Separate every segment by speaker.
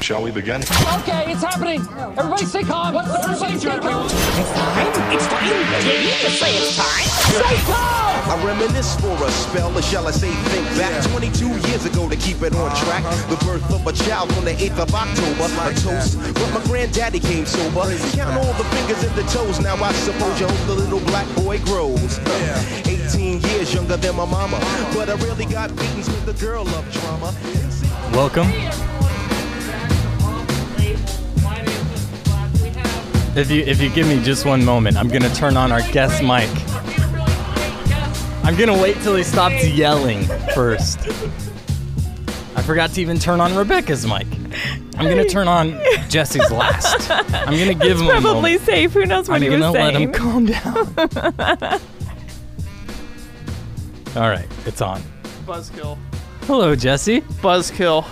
Speaker 1: Shall we begin?
Speaker 2: Okay, it's happening. Everybody stay calm. What's the procedure, everyone?
Speaker 3: It's time. It's time. You need to say it's time.
Speaker 2: Stay calm.
Speaker 4: I reminisce for a spell, or shall I say think back 22 years ago to keep it on track The birth of a child on the 8th of October A toast, but my granddaddy came sober Count all the fingers and the toes, now I suppose you hope the little black boy grows 18 years younger than my mama But I really got beatings with the girl love trauma
Speaker 5: Welcome. If you if you give me just one moment, I'm gonna turn on our guest mic. I'm gonna wait till he stops yelling first. I forgot to even turn on Rebecca's mic. I'm gonna turn on Jesse's last. I'm gonna give him a
Speaker 6: Probably
Speaker 5: moment.
Speaker 6: safe. Who knows what
Speaker 5: I'm
Speaker 6: he was
Speaker 5: gonna let him
Speaker 6: saying?
Speaker 5: calm down. All right, it's on.
Speaker 7: Buzzkill.
Speaker 5: Hello, Jesse.
Speaker 7: Buzzkill.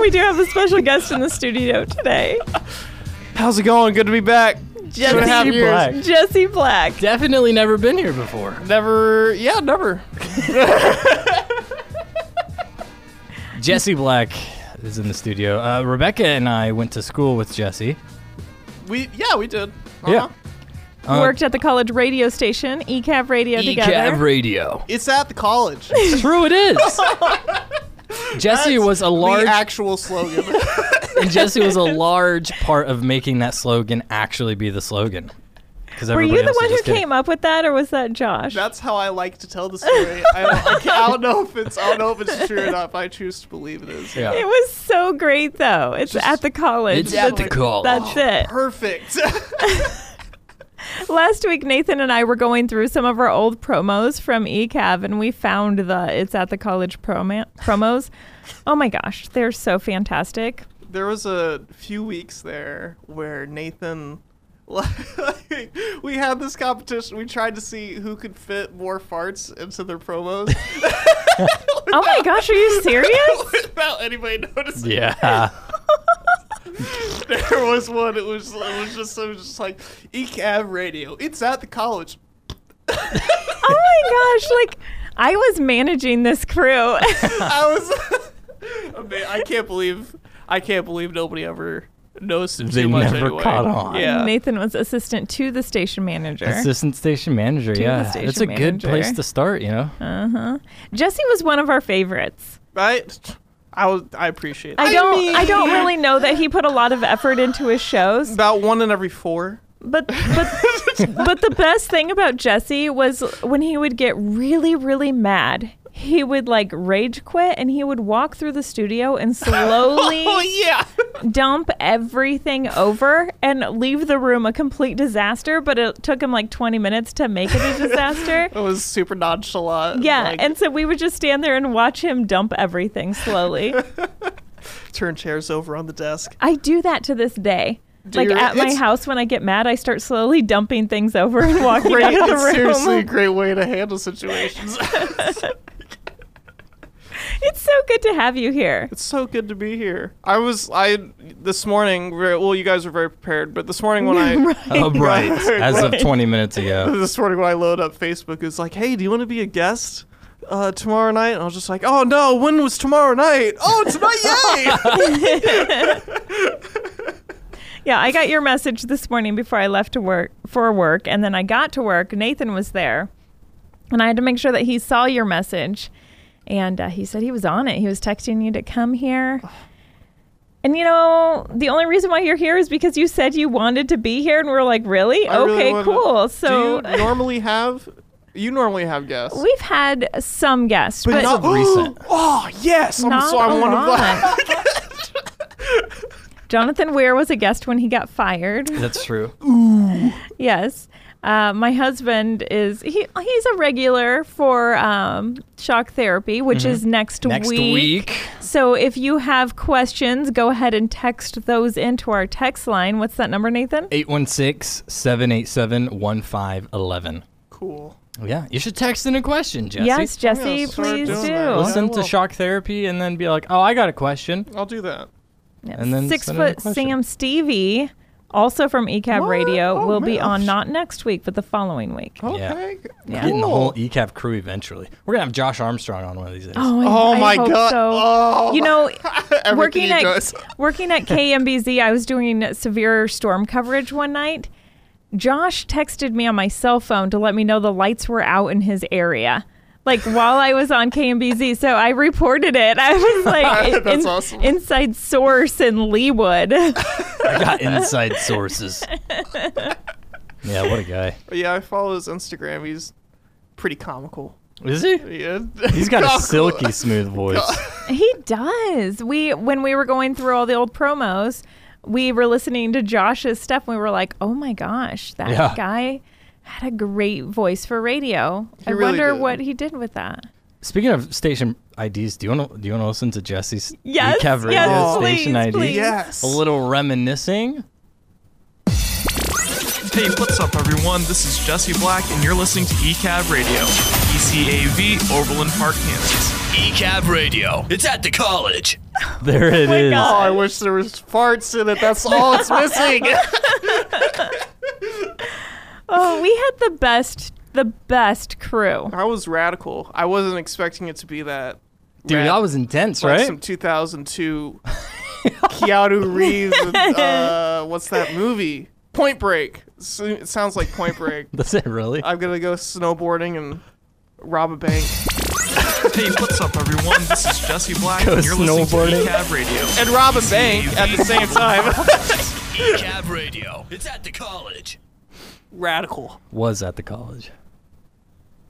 Speaker 6: we do have a special guest in the studio today,
Speaker 7: How's it going? Good to be back. Two and a half
Speaker 5: Jesse
Speaker 7: years.
Speaker 5: Black.
Speaker 6: Jesse Black.
Speaker 5: Definitely never been here before.
Speaker 7: Never. Yeah, never.
Speaker 5: Jesse Black is in the studio. Uh, Rebecca and I went to school with Jesse.
Speaker 7: We yeah we did.
Speaker 6: Uh-huh.
Speaker 5: Yeah. Uh, E
Speaker 6: Worked at the college radio station, E ECAV Radio together.
Speaker 5: ECAV Radio.
Speaker 7: It's at the college.
Speaker 5: It's true, it is. Jesse was a large
Speaker 7: the actual slogan.
Speaker 5: and Jesse was a large part of making that slogan actually be the slogan.
Speaker 6: Were you the one who came up with that, or was that Josh?
Speaker 7: That's how I like to tell the story. I don't, I, can't- I don't know if it's I don't know if it's true or not. But I choose to believe it is.
Speaker 5: Yeah.
Speaker 6: it was so great, though. It's at the college.
Speaker 5: It's at the college.
Speaker 6: That's it.
Speaker 7: Perfect.
Speaker 6: Last week, Nathan and I were going through some of our old promos from E ECAV, and we found the It's at the College promo- promos. oh my gosh, they're so fantastic.
Speaker 7: there was a few weeks there where Nathan like we had this competition we tried to see who could fit more farts into their promos
Speaker 6: Oh my gosh, are you serious? Oh
Speaker 7: without anybody noticing
Speaker 5: Yeah.
Speaker 7: there was one it was it was just it was just like ECAV radio it's at the college
Speaker 6: Oh my gosh, like I was managing this crew.
Speaker 7: I was ama- I can't believe I can't believe nobody ever noticed it
Speaker 5: They
Speaker 7: too much
Speaker 5: never
Speaker 7: anyway.
Speaker 5: caught on.
Speaker 7: yeah
Speaker 6: Nathan was assistant to the station manager.
Speaker 5: Assistant station manager,
Speaker 6: the
Speaker 5: yeah.
Speaker 6: station
Speaker 5: That's a good
Speaker 6: manager.
Speaker 5: place to start, you know?
Speaker 6: Jesse was one of our favorites.
Speaker 7: right I was I appreciate that.
Speaker 6: I don't I, don't really know that he put a lot of effort into his shows,
Speaker 7: about one in every four
Speaker 6: but but but the best thing about Jesse was when he would get really really mad. He would like rage quit and he would walk through the studio and slowly
Speaker 7: oh yeah
Speaker 6: dump everything over and leave the room a complete disaster, but it took him like 20 minutes to make it a disaster.
Speaker 7: It was super nonchalant.
Speaker 6: Yeah,
Speaker 7: like,
Speaker 6: and so we would just stand there and watch him dump everything slowly.
Speaker 7: turn chairs over on the desk.
Speaker 6: I do that to this day. like
Speaker 7: you-
Speaker 6: at my
Speaker 7: it's-
Speaker 6: house when I get mad, I start slowly dumping things over and walking
Speaker 7: Great,
Speaker 6: out of
Speaker 7: it's
Speaker 6: the room.
Speaker 7: seriously a great way to handle situations.
Speaker 6: It's so good to have you here.
Speaker 7: it's so good to be here. I was I this morning. ver- Well, you guys were very prepared, but this morning when I
Speaker 5: Oh, right. As of 20 minutes ago.
Speaker 7: this morning when I load up Facebook, it's like, hey, do you want to be a guest? Uh, tomorrow night, and I was just like, "Oh no! When was tomorrow night? Oh, tonight! Yay!"
Speaker 6: Yeah, I got your message this morning before I left to work for work, and then I got to work. Nathan was there, and I had to make sure that he saw your message, and uh, he said he was on it. He was texting you to come here. And you know, the only reason why you're here is because you said you wanted to be here, and we are like, really?
Speaker 7: I really
Speaker 6: okay,
Speaker 7: wanted-
Speaker 6: cool. So uh,
Speaker 7: do you normally have you normally have guests?
Speaker 6: we've had some guests, but,
Speaker 5: not recent.
Speaker 7: Oh yes, I'm
Speaker 6: not
Speaker 7: so I'm
Speaker 6: a
Speaker 7: one of them.
Speaker 6: lot. Jonathan Weir was a guest when he got fired.
Speaker 5: That's true.
Speaker 6: Yes. Uh, my husband is he he's a regular for um, shock therapy, which is next,
Speaker 5: Mm-hmm. Next
Speaker 6: week.
Speaker 5: week.
Speaker 6: So if you have questions, go ahead and text those into our text line. What's that number, Nathan?
Speaker 5: 816 787 1511.
Speaker 7: Cool.
Speaker 5: Oh, Yeah, you should text in a question, Jesse.
Speaker 6: Yes, Jesse,
Speaker 7: Yeah, start
Speaker 6: please
Speaker 7: doing
Speaker 6: do.
Speaker 7: that. Well,
Speaker 5: Listen
Speaker 7: I
Speaker 5: to
Speaker 7: will.
Speaker 5: shock therapy and then be like, oh, I got a question.
Speaker 7: I'll do that.
Speaker 6: Yes.
Speaker 5: and then
Speaker 6: Six
Speaker 5: send in a
Speaker 6: foot
Speaker 5: question.
Speaker 6: Sam Stevie also from E ECAB
Speaker 7: What?
Speaker 6: Radio,
Speaker 7: Oh,
Speaker 6: will be
Speaker 7: man.
Speaker 6: on not next week, but the following week. Oh,
Speaker 7: Okay.
Speaker 6: Yeah.
Speaker 5: Getting the whole E
Speaker 7: Cool.
Speaker 5: ECAP crew eventually. We're gonna have Josh Armstrong on one of these days.
Speaker 6: I-
Speaker 7: Oh
Speaker 6: I
Speaker 7: my
Speaker 6: hope
Speaker 7: God.
Speaker 6: so.
Speaker 7: Oh.
Speaker 6: You know,
Speaker 7: Everything
Speaker 6: working
Speaker 7: he
Speaker 6: at
Speaker 7: does.
Speaker 6: working at KMBZ, I was doing severe storm coverage one night. Josh texted me on my cell phone to let me know the lights were out in his area. Like while I was on KMBZ, so I reported it. I was like
Speaker 7: That's awesome.
Speaker 6: inside source in Leewood.
Speaker 5: I got inside sources. yeah, what a guy.
Speaker 7: Yeah, I follow his Instagram. He's pretty comical.
Speaker 5: Is he?
Speaker 7: Yeah.
Speaker 5: He's got a silky smooth voice.
Speaker 6: He does. We when we were going through all the old promos, we were listening to Josh's stuff. and We were like, "Oh my gosh, that
Speaker 5: Yeah.
Speaker 6: guy had a great voice for radio." I
Speaker 7: really
Speaker 6: wonder
Speaker 7: did.
Speaker 6: what he did with that.
Speaker 5: Speaking of station IDs, do you want to do you want to listen to Jesse's E
Speaker 6: Yes,
Speaker 5: ECAP radio
Speaker 6: yes,
Speaker 5: station
Speaker 6: please,
Speaker 5: ID?
Speaker 6: please.
Speaker 7: Yes.
Speaker 5: A little reminiscing.
Speaker 1: Hey, what's up, everyone? This is Jesse Black, and you're listening to E ECAV Radio, E ECAV, Overland Park, Kansas. ECAV Radio. It's at the college.
Speaker 5: There it is.
Speaker 7: Oh, I wish there was farts in it. That's all it's missing.
Speaker 6: Oh, we had the best, the best crew.
Speaker 7: I was radical. I wasn't expecting it to be that.
Speaker 5: Dude,
Speaker 7: rad-
Speaker 5: that was intense,
Speaker 7: like
Speaker 5: right?
Speaker 7: some 2002 Keanu Reeves. And, uh, what's that movie? Point Break. So- It sounds like Point Break.
Speaker 5: Does it really?
Speaker 7: I'm gonna go snowboarding and rob a bank.
Speaker 1: Hey, what's up, everyone? This is Jesse Black,
Speaker 5: Go
Speaker 1: and you're listening
Speaker 5: snowboarding.
Speaker 1: to E ECAV Radio.
Speaker 7: And rob a bank at the same time.
Speaker 1: ECAV Radio. It's at the college.
Speaker 7: Radical.
Speaker 5: was at the college.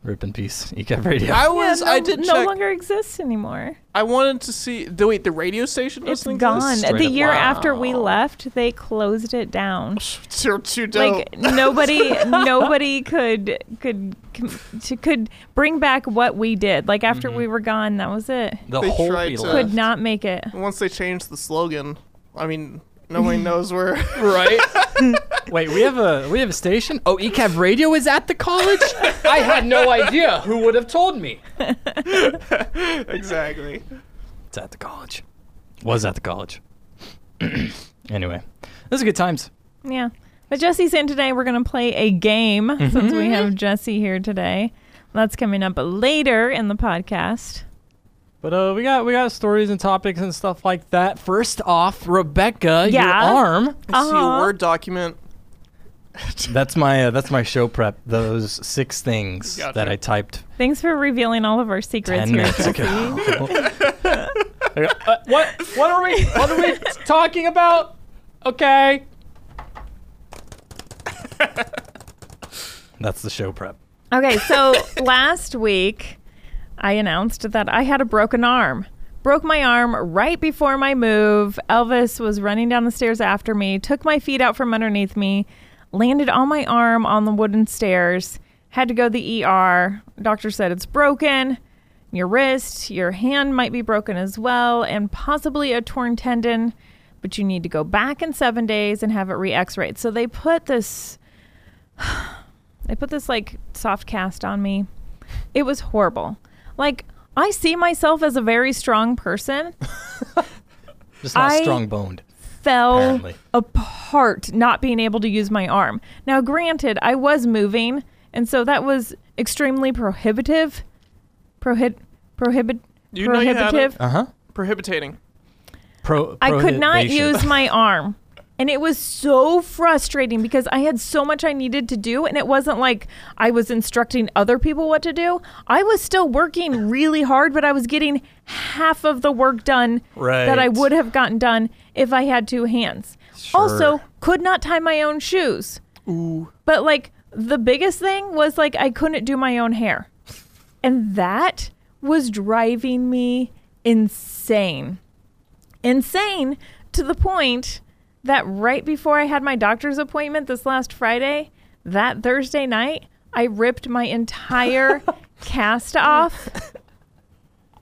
Speaker 5: Rip in peace, ECAP radio.
Speaker 7: I was.
Speaker 6: Yeah,
Speaker 7: I
Speaker 6: no-
Speaker 7: did
Speaker 6: no
Speaker 7: check.
Speaker 6: longer exists anymore.
Speaker 7: I wanted to see. The, wait, the radio station
Speaker 6: It's
Speaker 7: doesn't
Speaker 6: gone.
Speaker 7: exist?
Speaker 6: The
Speaker 5: Straight up.
Speaker 6: year after we left, they closed it down.
Speaker 7: Too, too dope.
Speaker 6: like nobody nobody could could com- to- could bring back what we did like after
Speaker 5: Mm-hmm.
Speaker 6: we were gone that was it
Speaker 5: the
Speaker 7: They
Speaker 5: whole
Speaker 7: tried to-
Speaker 5: relay.
Speaker 6: could not make it
Speaker 7: Once they changed the slogan, I mean, nobody knows where.
Speaker 5: right? Wait, we have a we have a station. Oh, ECAV radio is at the college. I had no idea. Who would have told me?
Speaker 7: exactly.
Speaker 5: It's at the college. Was at the college. anyway, those are good times.
Speaker 6: yeah but jesse's in today we're going to play a game
Speaker 5: Mm-hmm.
Speaker 6: since we have jesse here today that's coming up later in the podcast
Speaker 5: But uh, we got we got stories and topics and stuff like that. First off, Rebecca,
Speaker 6: Yeah?
Speaker 5: your arm.
Speaker 7: I See
Speaker 6: Uh-huh.
Speaker 7: a word document.
Speaker 5: That's my uh, that's my show prep. Those six things
Speaker 7: Gotcha.
Speaker 5: that I typed
Speaker 6: thanks for revealing all of our secrets
Speaker 5: ten
Speaker 6: here
Speaker 5: minutes
Speaker 6: Jesse.
Speaker 5: ago. what what are we what are we talking about? Okay. That's the show prep.
Speaker 6: okay so last week i announced that i had a broken arm broke my arm right before my move. Elvis was running down the stairs after me, took my feet out from underneath me, landed on my arm on the wooden stairs, had to go to the ER. Doctor said it's broken. Your wrist, your hand might be broken as well, and possibly a torn tendon, but you need to go back in seven days and have it re x rayed. So they put this. They put this like soft cast on me. It was horrible. Like, I see myself as a very strong person.
Speaker 5: Just not
Speaker 6: I-
Speaker 5: strong boned.
Speaker 6: fell
Speaker 5: Apparently.
Speaker 6: apart not being able to use my arm. Now, granted, I was moving, and so that was extremely prohibitive. Prohib prohibit
Speaker 7: You know you had it.
Speaker 6: prohibitive.
Speaker 5: Uh huh.
Speaker 7: Prohibitating.
Speaker 5: Pro.
Speaker 6: I could not
Speaker 5: prohibition.
Speaker 6: use my arm. And it was so frustrating because I had so much I needed to do. And it wasn't like I was instructing other people what to do. I was still working really hard, but I was getting half of the work done that I
Speaker 5: Right.
Speaker 6: would have gotten done if I had two hands. Also,
Speaker 5: Sure.
Speaker 6: could not tie my own shoes. Ooh. But like the biggest thing was like I couldn't do my own hair. And that was driving me insane insane to the point that right before I had my doctor's appointment this last Friday, that Thursday night, I ripped my entire cast off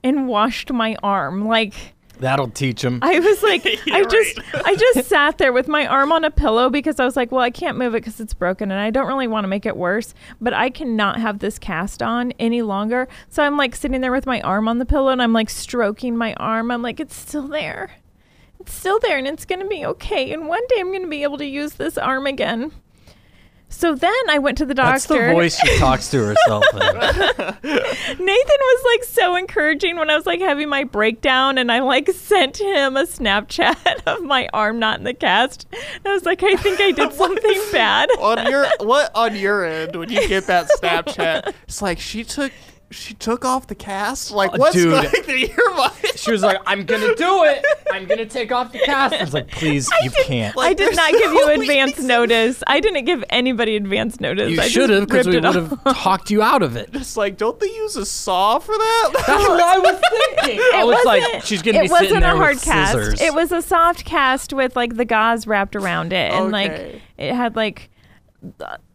Speaker 6: and washed my arm. Like
Speaker 5: That'll teach him.
Speaker 6: I was like I just I just sat there with my arm on a pillow because I was like, well, I can't move it cuz it's broken and I don't really want to make it worse, but I cannot have this cast on any longer. So I'm like sitting there with my arm on the pillow and I'm like stroking my arm. I'm like it's still there It's still there and it's going to be okay. And one day I'm going to be able to use this arm again. So then I went to the doctor.
Speaker 5: That's the voice she talks to herself in.
Speaker 6: Nathan was like so encouraging when I was like having my breakdown, and I like sent him a Snapchat of my arm not in the cast. And I was like, I think I did something bad.
Speaker 7: on your what on your end when you get that Snapchat? It's like she took she took off the cast. Like
Speaker 5: Oh,
Speaker 7: what's
Speaker 5: dude.
Speaker 7: like the earmuffs?
Speaker 5: She was like, I'm gonna do it. I'm gonna take off the cast. I was like, please, you can't.
Speaker 6: I did
Speaker 7: there's
Speaker 6: not give you
Speaker 7: no
Speaker 6: advance notice. I didn't give anybody advance notice.
Speaker 5: You
Speaker 6: I just
Speaker 5: should have, because
Speaker 6: ripped
Speaker 5: we
Speaker 6: it off.
Speaker 5: would have talked you out of it.
Speaker 7: It's like don't they use a saw for that?
Speaker 5: That's what I was thinking. I
Speaker 6: It
Speaker 5: was like,
Speaker 6: wasn't-
Speaker 5: she's gonna
Speaker 6: it
Speaker 5: be sitting
Speaker 6: wasn't
Speaker 5: there
Speaker 6: a hard
Speaker 5: with
Speaker 6: cast.
Speaker 5: scissors.
Speaker 6: It was a soft cast with like the gauze wrapped around it, and like
Speaker 7: Okay.
Speaker 6: it had like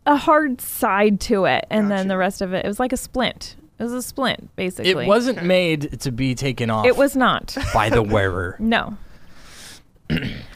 Speaker 6: a hard side to it, and then the rest of it. It was like a splint. It was a splint, basically.
Speaker 5: It wasn't made to be taken off.
Speaker 6: It was not.
Speaker 5: by the wearer.
Speaker 6: No.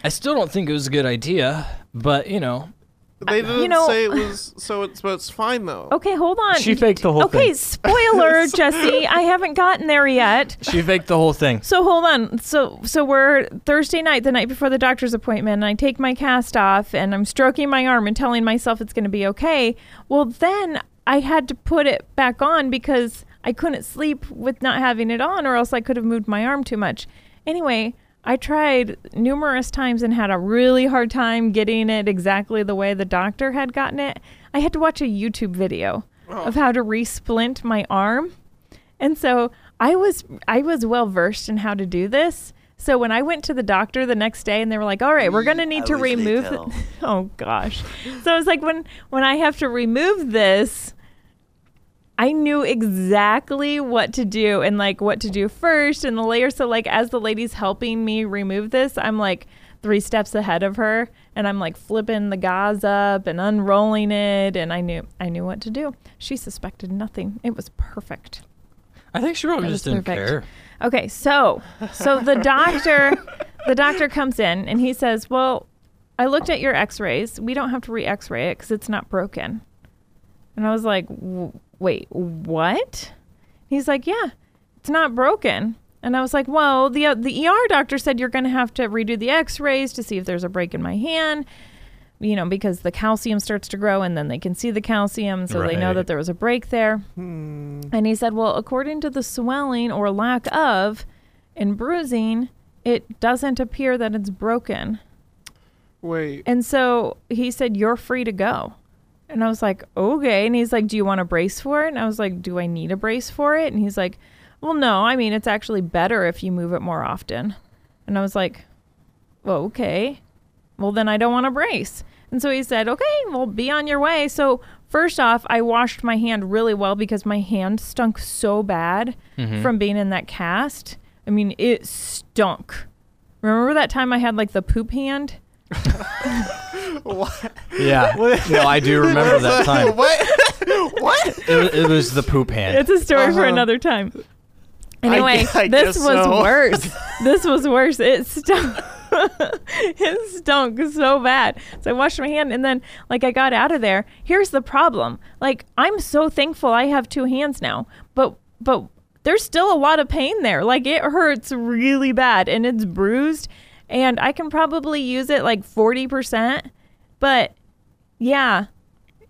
Speaker 5: I still don't think it was a good idea, but you know,
Speaker 7: they didn't
Speaker 6: know-
Speaker 7: say it was so. It's but it's fine though.
Speaker 5: Oh.
Speaker 6: Okay, hold on.
Speaker 5: She faked the whole
Speaker 6: okay,
Speaker 5: thing.
Speaker 6: spoiler, Jesse. I haven't gotten there yet.
Speaker 5: she faked the whole thing.
Speaker 6: So hold on. So so we're Thursday night, the night before the doctor's appointment, and I take my cast off and I'm stroking my arm and telling myself it's going to be okay. Well, then I had to put it back on because I couldn't sleep with not having it on or else I could have moved my arm too much. Anyway, I tried numerous times and had a really hard time getting it exactly the way the doctor had gotten it. I had to watch a YouTube video of how to resplint my arm. And so I was I was well versed in how to do this. So when I went to the doctor the next day and they were like, "All right, we're going to need to remove th- Oh gosh. So I was like when when I have to remove this, I knew exactly what to do and like what to do first and the layer so like as the lady's helping me remove this, I'm like 3 steps ahead of her and I'm like flipping the gauze up and unrolling it and I knew I knew what to do. She suspected nothing. It was perfect.
Speaker 5: I think she probably
Speaker 6: That
Speaker 5: just
Speaker 6: was
Speaker 5: didn't
Speaker 6: perfect.
Speaker 5: care.
Speaker 6: Okay, so so the doctor the doctor comes in and he says, "Well, I looked at your X-rays. We don't have to re-X-ray it because it's not broken." And I was like, w- "Wait, what?" He's like, "Yeah, it's not broken." And I was like, "Well, the uh, the ER doctor said you're going to have to redo the X-rays to see if there's a break in my hand." You know, because the calcium starts to grow and then they can see the calcium, so they know
Speaker 5: Right.
Speaker 6: that there was a break there. And he said, Well, according to the swelling or lack of and bruising, it doesn't appear that it's broken.
Speaker 7: Wait.
Speaker 6: And so he said, You're free to go. And I was like, Okay. And he's like, Do you want a brace for it? And I was like, Do I need a brace for it? And he's like, Well, no. I mean, it's actually better if you move it more often. And I was like, Well, okay. Well, then I don't want a brace. And so he said, Okay, well, be on your way. So, first off, I washed my hand really well because my hand stunk so bad from being in that cast. I mean, it stunk. Remember that time I had like the poop hand?
Speaker 5: Yeah, no, I do remember that time.
Speaker 7: What?
Speaker 5: It, wa- it was the poop hand.
Speaker 6: It's a story for another time. Anyway,
Speaker 7: gu- Uh-huh. I
Speaker 6: this
Speaker 7: guess
Speaker 6: was
Speaker 7: so.
Speaker 6: worse. this was worse. It stunk. it stunk so bad. So I washed my hand and then like I got out of there. Here's the problem. Like I'm so thankful I have two hands now. But but there's still a lot of pain there. Like it hurts really bad and it's bruised and I can probably use it like 40%, but yeah,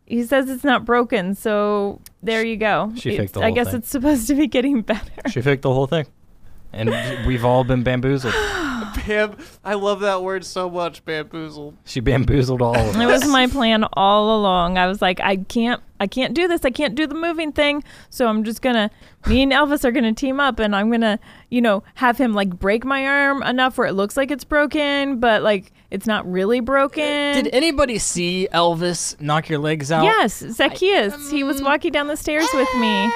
Speaker 6: he says it's not broken, so there you go.
Speaker 5: She
Speaker 6: It's-
Speaker 5: faked the
Speaker 6: I
Speaker 5: whole
Speaker 6: guess
Speaker 5: thing.
Speaker 6: it's supposed to be getting better.
Speaker 5: she faked the whole thing, and we've all been bamboozled.
Speaker 7: Bam- I love that word so much. Bamboozled.
Speaker 5: She bamboozled all of
Speaker 6: It
Speaker 5: us.
Speaker 6: was my plan all along. I was like, I can't, I can't do this. I can't do the moving thing. So I'm just gonna, me and Elvis are gonna team up, and I'm gonna, you know, have him like break my arm enough where it looks like it's broken, but like it's not really broken.
Speaker 5: Did anybody see Elvis knock your legs out?
Speaker 6: yes, Zacchaeus. he
Speaker 7: um,
Speaker 6: was walking down the stairs with
Speaker 7: eh.
Speaker 6: me.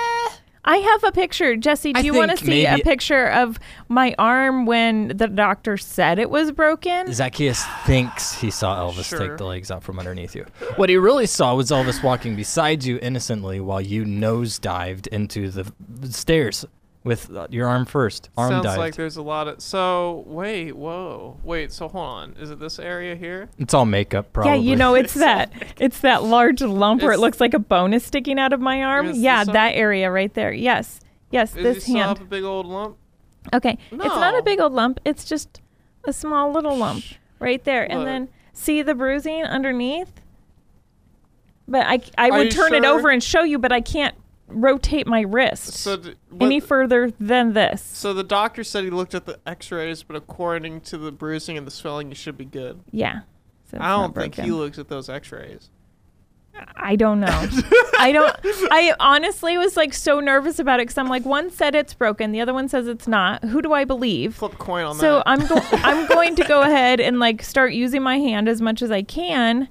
Speaker 6: I have a picture, Jesse. Do
Speaker 5: I
Speaker 6: you want to
Speaker 5: think
Speaker 6: see a
Speaker 5: maybe-
Speaker 6: picture of my arm when the doctor said it was broken?
Speaker 5: Zacchaeus thinks he saw Elvis take
Speaker 7: Sure.
Speaker 5: the legs out from underneath you. What he really saw was Elvis walking beside you innocently while you nosedived into the f- stairs with uh, your arm first. Arm
Speaker 7: Sounds
Speaker 5: dived.
Speaker 7: like there's a lot of. So wait, whoa, wait. So hold on. Is it this area here?
Speaker 5: it's all makeup, probably.
Speaker 6: Yeah, you know, it's that it's that large lump where it
Speaker 7: It's-
Speaker 6: looks like a bone is sticking out of my arm.
Speaker 7: Is
Speaker 6: Yeah,
Speaker 7: this
Speaker 6: that
Speaker 7: arm-
Speaker 6: area right there. Yes. Yes,
Speaker 7: Is
Speaker 6: this
Speaker 7: he still
Speaker 6: hand.
Speaker 7: have a big old lump?
Speaker 6: Okay. It's not a
Speaker 7: No.
Speaker 6: big old lump. It's just a small little lump right there, and
Speaker 7: Look.
Speaker 6: then see the bruising underneath. But I, I
Speaker 7: Are
Speaker 6: would
Speaker 7: you
Speaker 6: turn it
Speaker 7: sure?
Speaker 6: over and show you, but I can't rotate my wrist
Speaker 7: So, d- but-
Speaker 6: any further than this.
Speaker 7: so the doctor said he looked at the X-rays, but according to the bruising and the swelling, you should be good.
Speaker 6: Yeah. So it's
Speaker 7: I don't
Speaker 6: not
Speaker 7: think he
Speaker 6: broken.
Speaker 7: looked at those X-rays.
Speaker 6: I don't know. I don't. I honestly was like so nervous about it because I'm like, one said it's broken, the other one says it's not. Who do I believe?
Speaker 7: Flip a coin on
Speaker 6: So
Speaker 7: that.
Speaker 6: I'm go- I'm going to go ahead and like start using my hand as much as I can.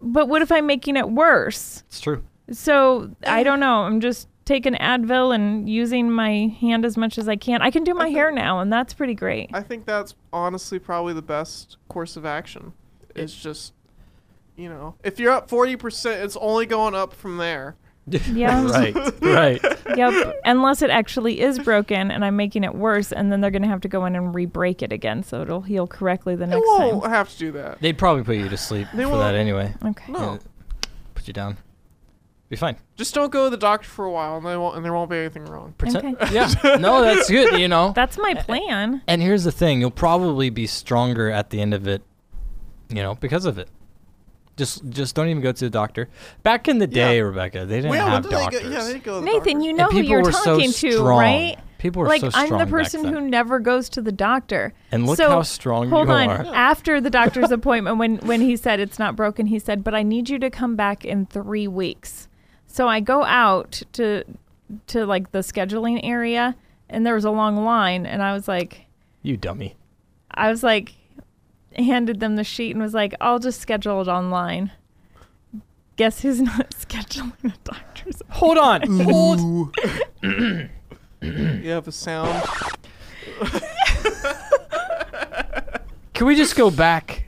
Speaker 6: But what if I'm making it worse?
Speaker 5: It's true.
Speaker 6: So I don't know. I'm just taking Advil and using my hand as much as I can. I can do my hair now, and that's pretty great.
Speaker 7: I think that's honestly probably the best course of action. It's just, you know, if you're up forty percent, it's only going up from there.
Speaker 6: Yeah.
Speaker 5: Right. Right.
Speaker 6: Yep. Unless it actually is broken and I'm making it worse, and then they're gonna have to go in and re-break it again, so it'll heal correctly the
Speaker 7: They
Speaker 6: next
Speaker 7: won't
Speaker 6: time.
Speaker 7: have to do that.
Speaker 5: They'd probably put you to sleep for
Speaker 7: won't-
Speaker 5: that anyway.
Speaker 6: Okay.
Speaker 7: No,
Speaker 5: Put you down. Be fine.
Speaker 7: just don't go to the doctor for a while, and they won't, and there won't be anything wrong.
Speaker 5: Pretend.
Speaker 6: Okay.
Speaker 5: Yeah. No, that's good. You know.
Speaker 6: That's my plan.
Speaker 5: and here's the thing: you'll probably be stronger at the end of it. You know, because of it. Just, just don't even go to the doctor. Back in the day,
Speaker 7: Yeah.
Speaker 5: Rebecca, they didn't
Speaker 7: yeah,
Speaker 5: have
Speaker 7: but they
Speaker 5: doctors.
Speaker 7: go, yeah, they go. To the
Speaker 6: Nathan,
Speaker 7: doctor.
Speaker 6: you know
Speaker 5: and
Speaker 6: who
Speaker 5: people
Speaker 6: you're
Speaker 5: were so
Speaker 6: talking to,
Speaker 5: strong.
Speaker 6: right?
Speaker 5: People were
Speaker 6: like
Speaker 5: so
Speaker 6: I'm
Speaker 5: strong
Speaker 6: the
Speaker 5: back
Speaker 6: person who
Speaker 5: then.
Speaker 6: never goes to the doctor.
Speaker 5: And look
Speaker 6: So,
Speaker 5: how strong
Speaker 6: hold
Speaker 5: you
Speaker 6: on.
Speaker 5: are.
Speaker 6: After the doctor's appointment, when when he said it's not broken, he said, "But I need you to come back in three weeks." So I go out to to like the scheduling area, and there was a long line, and I was like.
Speaker 5: You dummy.
Speaker 6: I was like, handed them the sheet and was like, I'll just schedule it online. Guess who's not scheduling a doctor's?
Speaker 5: Hold on. Hold.
Speaker 7: You have a sound.
Speaker 5: Can we just go back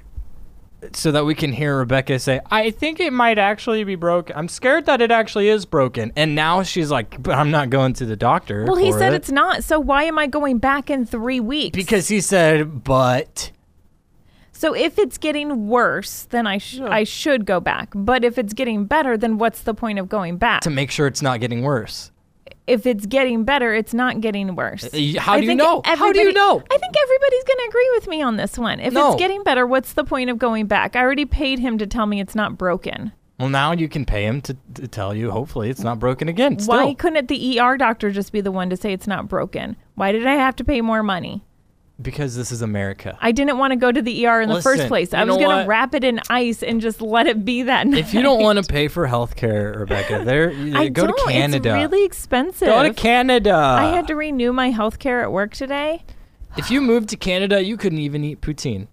Speaker 5: so that we can hear Rebecca say, I think it might actually be broken. I'm scared that it actually is broken. And now she's like, but I'm not going to the doctor.
Speaker 6: Well, he
Speaker 5: for
Speaker 6: said
Speaker 5: it."
Speaker 6: it's not. So why am I going back in three weeks?
Speaker 5: Because he said, but.
Speaker 6: so if it's getting worse, then I sh- I should go back. But if it's getting better, then what's the point of going back?
Speaker 5: To make sure it's not getting worse.
Speaker 6: if it's getting better, it's not getting worse.
Speaker 5: Uh, how
Speaker 6: I
Speaker 5: do you
Speaker 6: think
Speaker 5: know? How do you
Speaker 6: everybody-
Speaker 5: know?
Speaker 6: I think everybody's going to agree with me on this one. If
Speaker 5: No.
Speaker 6: it's getting better, what's the point of going back? I already paid him to tell me it's not broken.
Speaker 5: Well, now you can pay him to, to tell you, hopefully, it's not broken again. Still.
Speaker 6: Why couldn't the ER doctor just be the one to say it's not broken? Why did I have to pay more money?
Speaker 5: Because this is America.
Speaker 6: I didn't want to go to the ER in the
Speaker 5: Listen,
Speaker 6: first place. I
Speaker 5: you
Speaker 6: was
Speaker 5: know
Speaker 6: going
Speaker 5: what?
Speaker 6: to wrap it in ice and just let it be that night.
Speaker 5: If you don't want to pay for health care, Rebecca, there, you-
Speaker 6: I
Speaker 5: go
Speaker 6: don't.
Speaker 5: to Canada.
Speaker 6: It's really expensive.
Speaker 5: go to Canada.
Speaker 6: I had to renew my health care at work today.
Speaker 5: if you moved to Canada, you couldn't even eat poutine.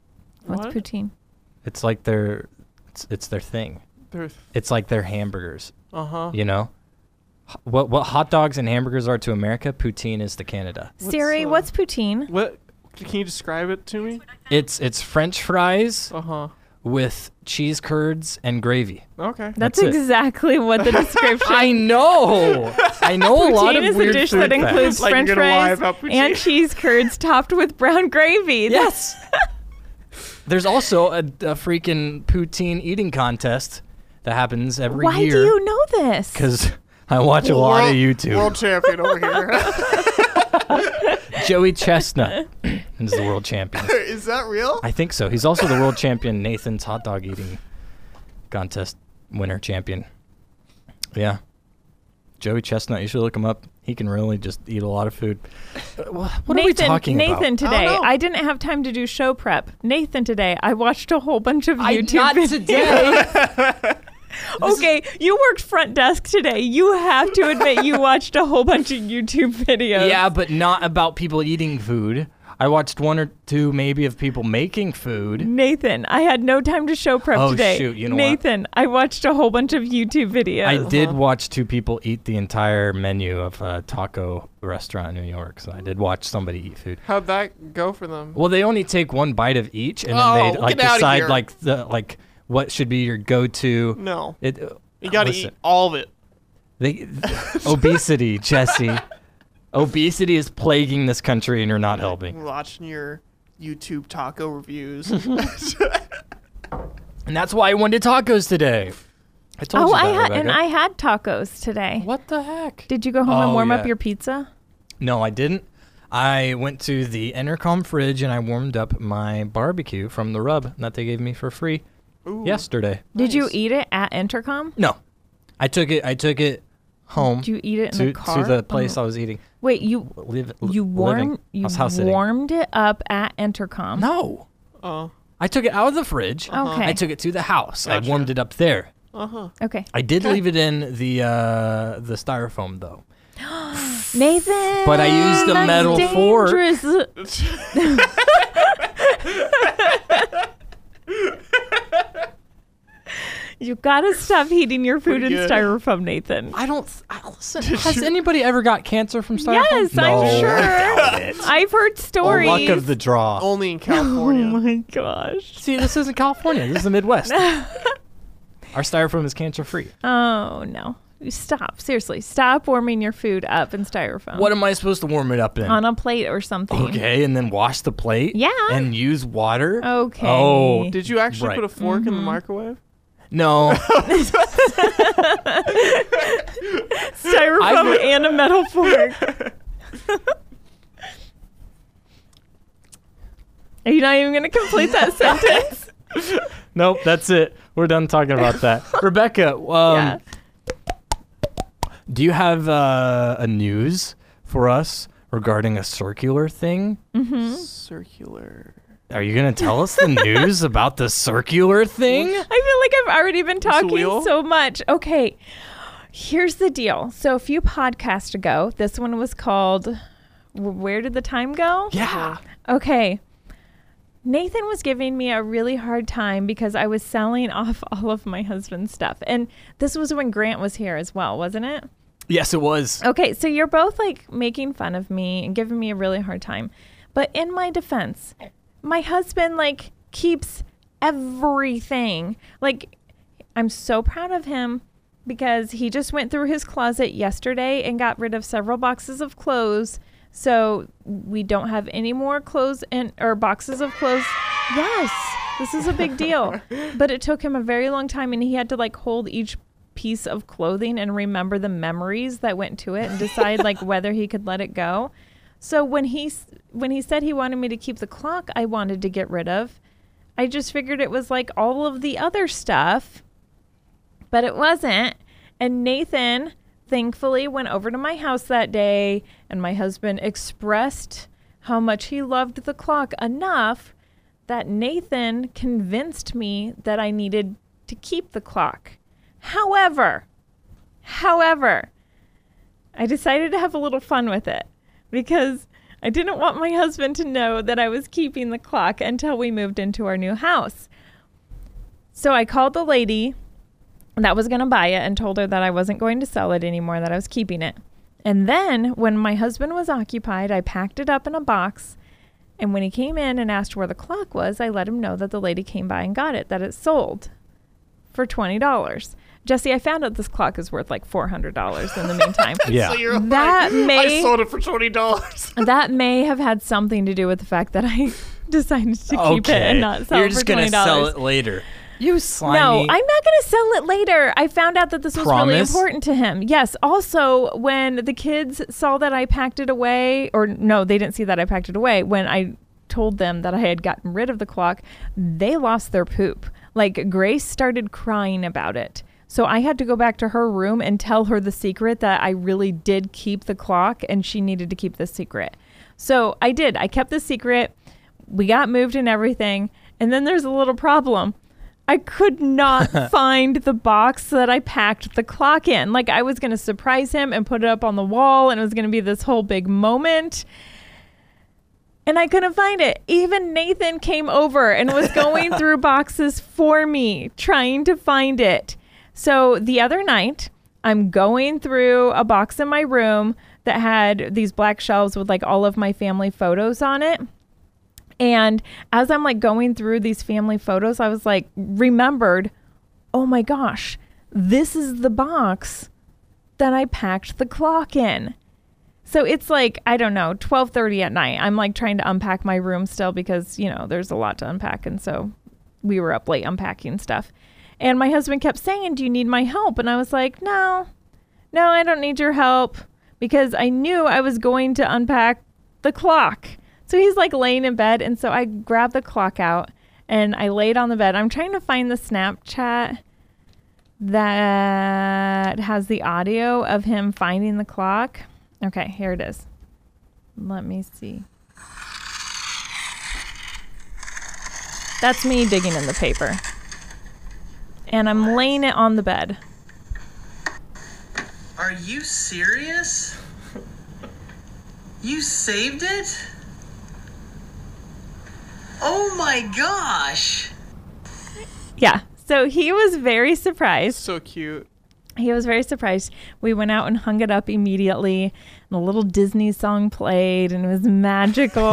Speaker 6: What's
Speaker 7: What?
Speaker 6: poutine?
Speaker 5: It's like their, it's, it's their thing. It's like their hamburgers.
Speaker 7: Uh huh.
Speaker 5: You know, H- what what hot dogs and hamburgers are to America, poutine is to Canada.
Speaker 6: Siri,
Speaker 7: uh,
Speaker 6: what's poutine?
Speaker 7: What? Can you describe it to me?
Speaker 5: It's it's French fries
Speaker 7: Uh huh.
Speaker 5: with cheese curds and gravy.
Speaker 7: Okay.
Speaker 5: that's
Speaker 6: That's,
Speaker 5: it.
Speaker 6: exactly what the description
Speaker 5: I know, I know a lot
Speaker 6: Poutine
Speaker 5: of
Speaker 6: is a
Speaker 5: weird
Speaker 6: dish
Speaker 5: food
Speaker 6: that
Speaker 5: facts.
Speaker 6: includes
Speaker 7: Like, you're
Speaker 6: french
Speaker 7: gonna lie
Speaker 6: fries
Speaker 7: about poutine.
Speaker 6: and cheese curds topped with brown gravy.
Speaker 5: Yes. There's also a, a freaking poutine eating contest that happens every
Speaker 6: Why
Speaker 5: year.
Speaker 6: do you know this?
Speaker 5: Because I watch a lot of YouTube.
Speaker 7: World champion over here.
Speaker 5: Joey Chestnut is the world champion.
Speaker 7: Is that real?
Speaker 5: I think so. He's also the world champion Nathan's hot dog eating contest winner champion. Yeah. Joey Chestnut, you should look him up. He can really just eat a lot of food. Uh, wha- What are we
Speaker 6: Nathan,
Speaker 5: talking about?
Speaker 6: Nathan today,
Speaker 7: know.
Speaker 6: I, didn't have time to do show prep. Nathan today, I watched a whole bunch of
Speaker 5: I,
Speaker 6: YouTube.
Speaker 5: not
Speaker 6: videos.
Speaker 5: today.
Speaker 6: Okay, you worked front desk today. You have to admit you watched a whole bunch of YouTube videos.
Speaker 5: yeah, but not about people eating food. I watched one or two maybe of people making food.
Speaker 6: Nathan, I had no time to show prep
Speaker 5: Oh,
Speaker 6: today.
Speaker 5: shoot, you know what?
Speaker 6: Nathan, I watched a whole bunch of YouTube videos.
Speaker 5: I did
Speaker 7: Uh-huh.
Speaker 5: watch two people eat the entire menu of a taco restaurant in New York, so I did watch somebody eat food.
Speaker 7: How'd that go for them?
Speaker 5: Well, they only take one bite of each, and
Speaker 7: Oh,
Speaker 5: then they
Speaker 7: get
Speaker 5: like
Speaker 7: outta
Speaker 5: decide
Speaker 7: here.
Speaker 5: like the like what should be your go-to.
Speaker 7: No.
Speaker 5: It, uh,
Speaker 7: You gotta
Speaker 5: listen,
Speaker 7: eat all of it.
Speaker 5: They, obesity, Jesse. Obesity is plaguing this country, and you're not helping.
Speaker 7: Watching your YouTube taco reviews.
Speaker 5: And that's why I wanted tacos today. I told
Speaker 6: Oh,
Speaker 5: you
Speaker 6: I
Speaker 5: that,
Speaker 6: had and
Speaker 5: Rebecca.
Speaker 6: I had tacos today.
Speaker 5: What the heck?
Speaker 6: Did you go home
Speaker 5: Oh,
Speaker 6: and warm up
Speaker 5: yeah.
Speaker 6: your pizza?
Speaker 5: No, I didn't. I went to the intercom fridge and I warmed up my barbecue from the rub that they gave me for free yesterday.
Speaker 6: Did you eat it at Intercom?
Speaker 5: No, I took it. I took it home
Speaker 6: Did you eat it in
Speaker 5: to
Speaker 6: the car?
Speaker 5: to the place
Speaker 6: Oh.
Speaker 5: I was eating.
Speaker 6: Wait, you
Speaker 5: Live,
Speaker 6: you
Speaker 5: living.
Speaker 6: warmed
Speaker 5: I
Speaker 6: you
Speaker 5: was house sitting.
Speaker 6: warmed it up at Intercom.
Speaker 5: No,
Speaker 7: Oh,
Speaker 5: I took it out of the fridge.
Speaker 6: Okay.
Speaker 5: I took it to the house. I warmed it up there.
Speaker 6: Okay,
Speaker 5: I did leave it in the uh, the styrofoam though.
Speaker 6: Nathan.
Speaker 5: But I used a
Speaker 6: that's
Speaker 5: metal fork.
Speaker 6: dangerous. you gotta stop heating your food in
Speaker 7: good.
Speaker 6: styrofoam, Nathan.
Speaker 5: I don't. I, listen, has anybody ever got cancer from styrofoam?
Speaker 6: Yes, I'm sure. I've heard stories.
Speaker 5: luck of the draw.
Speaker 7: only in California.
Speaker 6: oh my gosh.
Speaker 5: See, this isn't California. This is the Midwest. Our styrofoam is cancer free.
Speaker 6: Oh no. Stop. Seriously. Stop warming your food up in styrofoam.
Speaker 5: What am I supposed to warm it up in?
Speaker 6: on a plate or something.
Speaker 5: okay, and then wash the plate.
Speaker 6: Yeah.
Speaker 5: And use water.
Speaker 6: Okay.
Speaker 5: Oh
Speaker 7: Did you actually
Speaker 5: Right.
Speaker 7: put a fork in the microwave?
Speaker 5: no.
Speaker 6: Styrofoam
Speaker 5: I've-
Speaker 6: and a metal fork. Are you not even going to complete that sentence?
Speaker 5: nope. That's it. We're done talking about that. Rebecca, um,
Speaker 6: yeah.
Speaker 5: do you have uh, a news for us regarding a circular thing? Hmm?
Speaker 7: Circular.
Speaker 5: Are you gonna tell us the news about the circular thing?
Speaker 6: I feel like I've already been talking
Speaker 7: wheel?
Speaker 6: so much. Okay. Here's the deal. So a few podcasts ago, this one was called "Wh- Where Did the Time Go?
Speaker 5: Yeah.
Speaker 6: Okay. Nathan was giving me a really hard time because I was selling off all of my husband's stuff. And this was when Grant was here as well, wasn't it?
Speaker 5: Yes, it was.
Speaker 6: Okay, so you're both like making fun of me and giving me a really hard time. But in my defense, my husband like keeps everything. Like I'm so proud of him because he just went through his closet yesterday and got rid of several boxes of clothes. So we don't have any more clothes and or boxes of clothes. Yes. This is a big deal. But it took him a very long time and he had to like hold each piece of clothing and remember the memories that went to it and decide like whether he could let it go. So when he s- when he said he wanted me to keep the clock I wanted to get rid of, I just figured it was like all of the other stuff, but it wasn't. And Nathan thankfully went over to my house that day and my husband expressed how much he loved the clock enough that Nathan convinced me that I needed to keep the clock. However, however, I decided to have a little fun with it because I didn't want my husband to know that I was keeping the clock until we moved into our new house. So I called the lady that was going to buy it and told her that I wasn't going to sell it anymore, that I was keeping it. And then when my husband was occupied, I packed it up in a box. And when he came in and asked where the clock was, I let him know that the lady came by and got it, that it sold for $20. Jesse, I found out this clock is worth like $400 in the meantime.
Speaker 5: Yeah.
Speaker 7: So you're
Speaker 6: That
Speaker 7: like,
Speaker 6: may-
Speaker 7: I sold it for twenty dollars.
Speaker 6: that may have had something to do with the fact that I decided to keep it and not sell
Speaker 5: You're
Speaker 6: it for
Speaker 5: just
Speaker 6: twenty
Speaker 5: gonna sell
Speaker 6: dollars.
Speaker 5: it later. You slimy.
Speaker 6: No, I'm not going to sell it later. I found out that this was really
Speaker 5: Promise?
Speaker 6: important to him. Yes. Also, when the kids saw that I packed it away, or no, they didn't see that I packed it away. When I told them that I had gotten rid of the clock, they lost their poop. Like Grace started crying about it. So I had to go back to her room and tell her the secret that I really did keep the clock and she needed to keep the secret. So I did. I kept the secret. We got moved and everything. And then there's a little problem. I could not find the box that I packed the clock in. Like I was going to surprise him and put it up on the wall and it was going to be this whole big moment. And I couldn't find it. Even Nathan came over and was going through boxes for me trying to find it. So the other night, I'm going through a box in my room that had these black shelves with like all of my family photos on it. And as I'm like going through these family photos, I was like, remembered, oh my gosh, this is the box that I packed the clock in. So it's like, I don't know, 12:30 at night. I'm like trying to unpack my room still because, you know, there's a lot to unpack and so we were up late unpacking stuff. And my husband kept saying, "Do you need my help?" And I was like, "No. No, I don't need your help because I knew I was going to unpack the clock. So he's like laying in bed. And so I grabbed the clock out and I laid on the bed. I'm trying to find the Snapchat that has the audio of him finding the clock. Okay, here it is. Let me see. That's me digging in the paper. And I'm laying it on the bed.
Speaker 8: Are you serious? You saved it? Oh my gosh!
Speaker 6: Yeah. So he was very surprised.
Speaker 7: So cute.
Speaker 6: He was very surprised. We went out and hung it up immediately. And a little Disney song played and it was magical.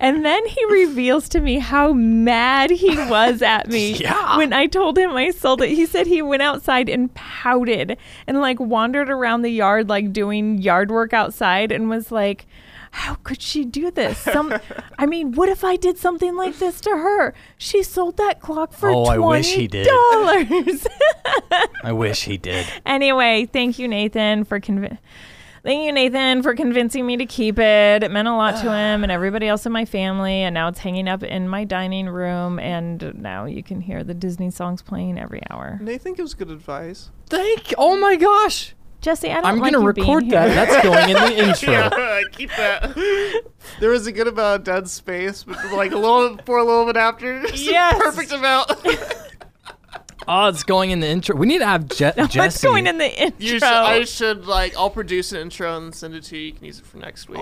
Speaker 6: and then he reveals to me how mad he was at me
Speaker 1: Yeah.
Speaker 6: when I told him I sold it. He said he went outside and pouted and like wandered around the yard, like doing yard work outside, and was like, how could she do this? Some, I mean, what if I did something like this to her? She sold that clock for
Speaker 5: Oh, I
Speaker 6: twenty
Speaker 5: wish he did.
Speaker 6: dollars.
Speaker 5: I wish he did.
Speaker 6: Anyway, thank you, Nathan, for conv- thank you, Nathan, for convincing me to keep it. It meant a lot to him and everybody else in my family. And now it's hanging up in my dining room, and now you can hear the Disney songs playing every hour.
Speaker 7: Nathan gives good advice.
Speaker 5: Thank. Oh my gosh.
Speaker 6: Jesse, I don't.
Speaker 5: I'm
Speaker 6: like
Speaker 5: gonna
Speaker 6: you being
Speaker 5: record
Speaker 6: here.
Speaker 5: that. That's going in the intro.
Speaker 7: Keep that. There was a good amount of dead space, but like a little before, a little bit after. Just the
Speaker 5: Yes.
Speaker 7: Perfect amount.
Speaker 5: Oh, it's going in the intro. We need to have Je- Jesse.
Speaker 6: What's going in the intro?
Speaker 7: You should, I should like I'll produce an intro and send it to you. You can use it for next week.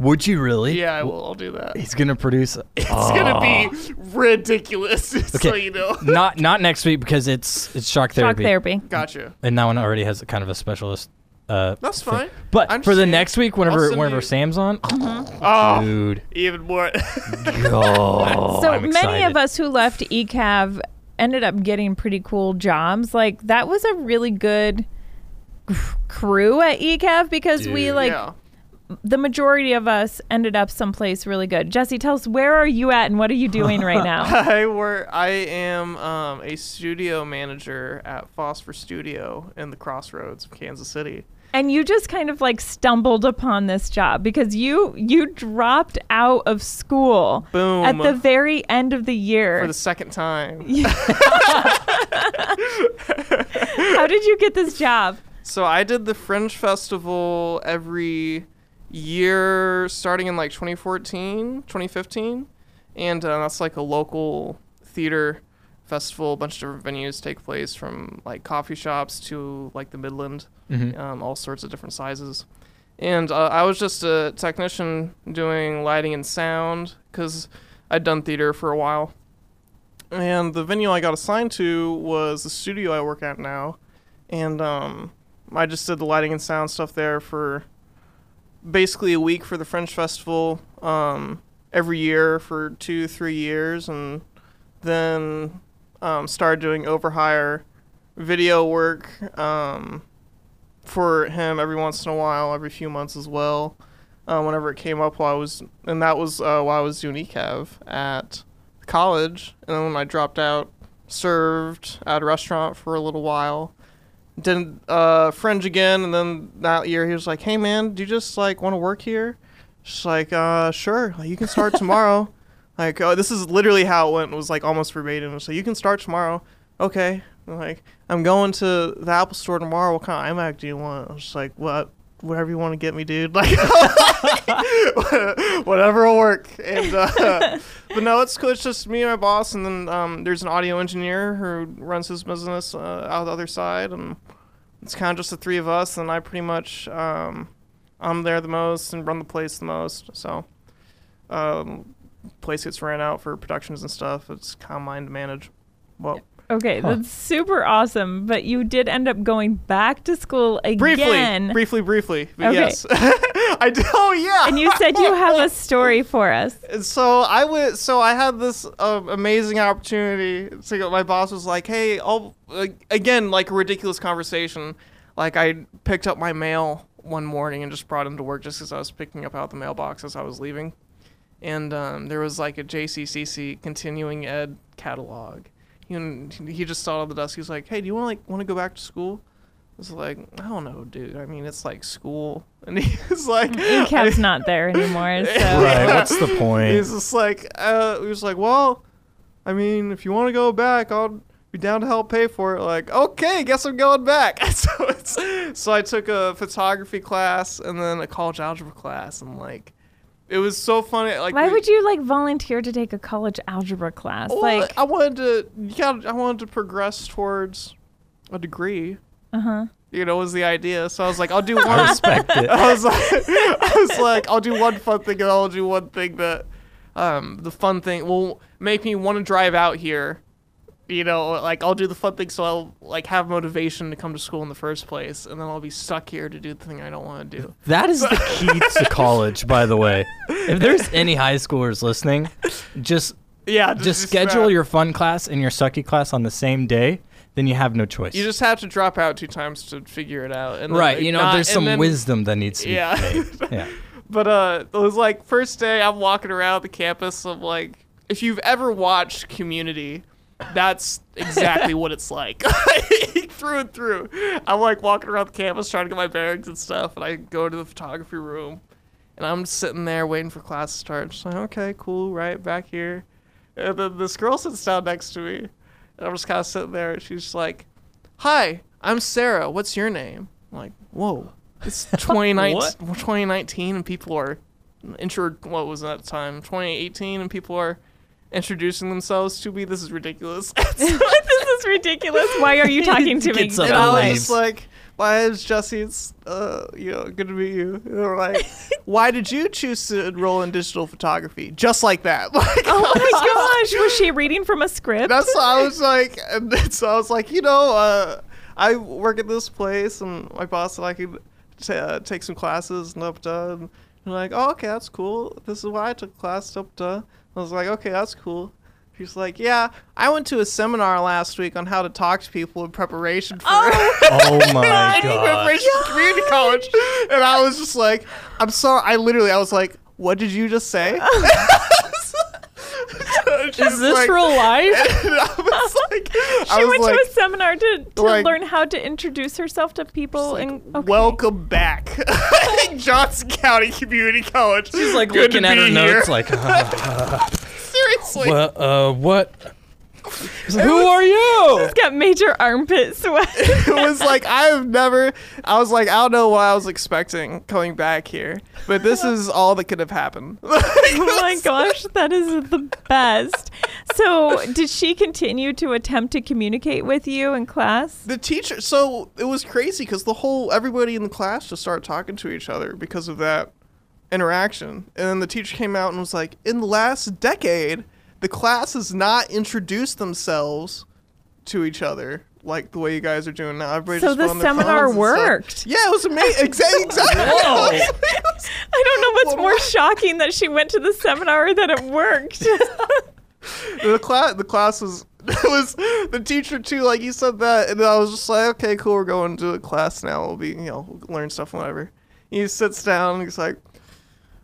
Speaker 5: Would you really?
Speaker 7: yeah, I will. I'll do that. It's
Speaker 5: He's gonna produce.
Speaker 7: gonna be ridiculous. Just so
Speaker 5: Okay.
Speaker 7: you know.
Speaker 5: not not next week because it's it's shock
Speaker 6: Shock
Speaker 5: therapy.
Speaker 6: therapy.
Speaker 7: Gotcha.
Speaker 5: And that one already has kind of a specialist. Uh,
Speaker 7: That's
Speaker 5: thing.
Speaker 7: fine.
Speaker 5: But
Speaker 7: I'm
Speaker 5: for the
Speaker 7: saying-
Speaker 5: next week,
Speaker 7: I'll
Speaker 5: whenever
Speaker 7: send
Speaker 5: whenever
Speaker 7: you-
Speaker 5: Sam's on,
Speaker 6: Uh-huh.
Speaker 7: Oh,
Speaker 5: dude.
Speaker 7: even more.
Speaker 5: Oh,
Speaker 6: So
Speaker 5: I'm
Speaker 6: many
Speaker 5: excited.
Speaker 6: of us who left E ECAV ended up getting pretty cool jobs. Like that was a really good c- crew at E ECAV because we
Speaker 5: Dude.
Speaker 6: like
Speaker 7: yeah.
Speaker 6: the majority of us ended up someplace really good. Jesse, tell us where are you at and what are you doing right now?
Speaker 7: I work. I am um, a studio manager at Phosphor Studio in the Crossroads of Kansas City.
Speaker 6: and you just kind of like stumbled upon this job because you you dropped out of school
Speaker 7: Boom.
Speaker 6: at the very end of the year.
Speaker 7: for the second time.
Speaker 6: How did you get this job?
Speaker 7: So I did the Fringe Festival every year starting in like 2014, 2015. And uh, that's like a local theater festival. A bunch of different venues take place from like coffee shops to like the Midland, um, all sorts of different sizes. And uh, I was just a technician doing lighting and sound because I'd done theater for a while. And the venue I got assigned to was the studio I work at now and um, I just did the lighting and sound stuff there for basically a week for the French Festival um, every year for two, three years, and then um, started doing overhire video work um, for him every once in a while, every few months as well. Uh, whenever it came up while I was, and that was uh, while I was doing ECAV at college, and then when I dropped out, served at a restaurant for a little while, did uh fringe again and then that year he was like hey man do you just like want to work here she's like uh sure like, you can start tomorrow like oh this is literally how it went it was like almost verbatim so you can start tomorrow okay I'm like i'm going to the apple store tomorrow what kind of imac do you want i was just like what whatever you want to get me dude like whatever will work. And uh, but no, it's cool. It's just me and my boss, and then um, there's an audio engineer who runs his business uh, out the other side, and it's kind of just the three of us. And I pretty much um, I'm there the most and run the place the most. So um, place gets ran out for productions and stuff. It's kind of mine to manage. Well,
Speaker 6: Okay, that's super awesome, but you did end up going back to school again.
Speaker 7: briefly, briefly, briefly. But
Speaker 6: Okay.
Speaker 7: yes, I do. Oh yeah.
Speaker 6: And you said you have a story for us.
Speaker 7: And so I went. So I had this um, amazing opportunity. To go, my boss was like, "Hey, I'll like, again like a ridiculous conversation. Like I picked up my mail one morning and just brought him to work just because I was picking up out the mailbox as I was leaving, and um, there was like a JCCC continuing ed catalog. He, he just saw it on the desk. He was like, "Hey, do you want like want to go back to school?" was like, I don't know, dude. I mean, it's like school, and he was like,
Speaker 6: Kev's not there anymore, so
Speaker 5: Right. What's the
Speaker 7: He's
Speaker 5: point?
Speaker 7: just like, uh, he was like, well, I mean, if you want to go back, I'll be down to help pay for it. Like, okay, guess I'm going back. so it's, so I took a photography class and then a college algebra class, and like, it was so funny. Like,
Speaker 6: why
Speaker 7: we-
Speaker 6: would you like volunteer to take a college algebra class?
Speaker 7: Well,
Speaker 6: like,
Speaker 7: I wanted to, you got, I wanted to progress towards a degree. Uh huh.
Speaker 6: Uh-huh.
Speaker 7: You know, was the idea. So I was like, I'll do
Speaker 5: I
Speaker 7: one.
Speaker 5: respect it.
Speaker 7: I was like, I was like, I'll do one fun thing and I'll do one thing that, um, the fun thing will make me want to drive out here. You know, like I'll do the fun thing so I'll like have motivation to come to school in the first place, and then I'll be stuck here to do the thing I don't want to do.
Speaker 5: That is the key to college, by the way. If there's any high schoolers listening, just
Speaker 7: Yeah,
Speaker 5: just schedule your fun class and your sucky class on the same day. Then you have no choice.
Speaker 7: You just have to drop out two times to figure it out. And then,
Speaker 5: right.
Speaker 7: like,
Speaker 5: You know,
Speaker 7: not-
Speaker 5: there's
Speaker 7: and
Speaker 5: some
Speaker 7: then-
Speaker 5: wisdom that needs to be.
Speaker 7: Yeah.
Speaker 5: yeah.
Speaker 7: But uh, it was like first day I'm walking around the campus. I'm like, if you've ever watched Community, that's exactly what it's like, through and through. I'm like walking around the campus trying to get my bearings and stuff, and I go to the photography room, and I'm sitting there waiting for class to start. Just like, okay, cool, right back here. And then this girl sits down next to me, and I'm just kind of sitting there, and she's like, "Hi, I'm Sarah. What's your name?" I'm like, "Whoa." It's 2019,
Speaker 5: What?
Speaker 7: 2019 and people are intro what was that time 2018 and people are introducing themselves to me this is ridiculous
Speaker 6: this is ridiculous. Why are you talking to me?
Speaker 5: Get some
Speaker 7: and i was
Speaker 5: Leaves.
Speaker 7: just like why is jesse it's uh you know good to meet you and they're like why did you choose to enroll in digital photography just like that like
Speaker 6: Oh my gosh, was she reading from a script?
Speaker 7: That's what I was like, and then, so I was like, you know, uh, I work at this place, and my boss said I could t- uh, take some classes and up da. And I'm like, oh, okay, that's cool. This is why I took class up da. I was like, okay, that's cool. She's like, yeah, I went to a seminar last week on how to talk to people in preparation for
Speaker 5: Oh my god.
Speaker 7: preparation for community college, and I was just like, I'm sorry. I literally, I was like, what did you just say?
Speaker 5: Is this real life?
Speaker 7: I was like,
Speaker 6: she
Speaker 7: I was
Speaker 6: went
Speaker 7: like,
Speaker 6: to a seminar to, to
Speaker 7: like-
Speaker 6: learn how to introduce herself to people and okay.
Speaker 7: Welcome back, Johnson County Community College. She's
Speaker 5: like
Speaker 7: Good
Speaker 5: looking
Speaker 7: to
Speaker 5: at her
Speaker 7: be here.
Speaker 5: notes, like, uh,
Speaker 7: seriously.
Speaker 5: what, uh, what? Who are you?
Speaker 6: She's got major armpit sweat.
Speaker 7: It was like I've never. I was like, I don't know what I was expecting coming back here, but this is all that could have happened.
Speaker 6: oh my gosh, that is the best. So, did she continue to attempt to communicate with you in class?
Speaker 7: the teacher. So it was crazy because the whole everybody in the class just started talking to each other because of that interaction, and then the teacher came out and was like, in the last decade, the class has not introduced themselves to each other. Like the way you guys are doing now, everybody
Speaker 6: So
Speaker 7: just
Speaker 6: the
Speaker 7: put on their phones
Speaker 6: seminar
Speaker 7: and stuff.
Speaker 6: worked.
Speaker 7: Yeah, it was amazing. Exactly.
Speaker 6: I don't know what's
Speaker 7: Well,
Speaker 6: more shocking that she went to the seminar or that it worked.
Speaker 7: the class the class was it was the teacher too like you said that and i was just like okay cool we're going to a class now we'll be you know we'll learn stuff whatever he sits down and he's like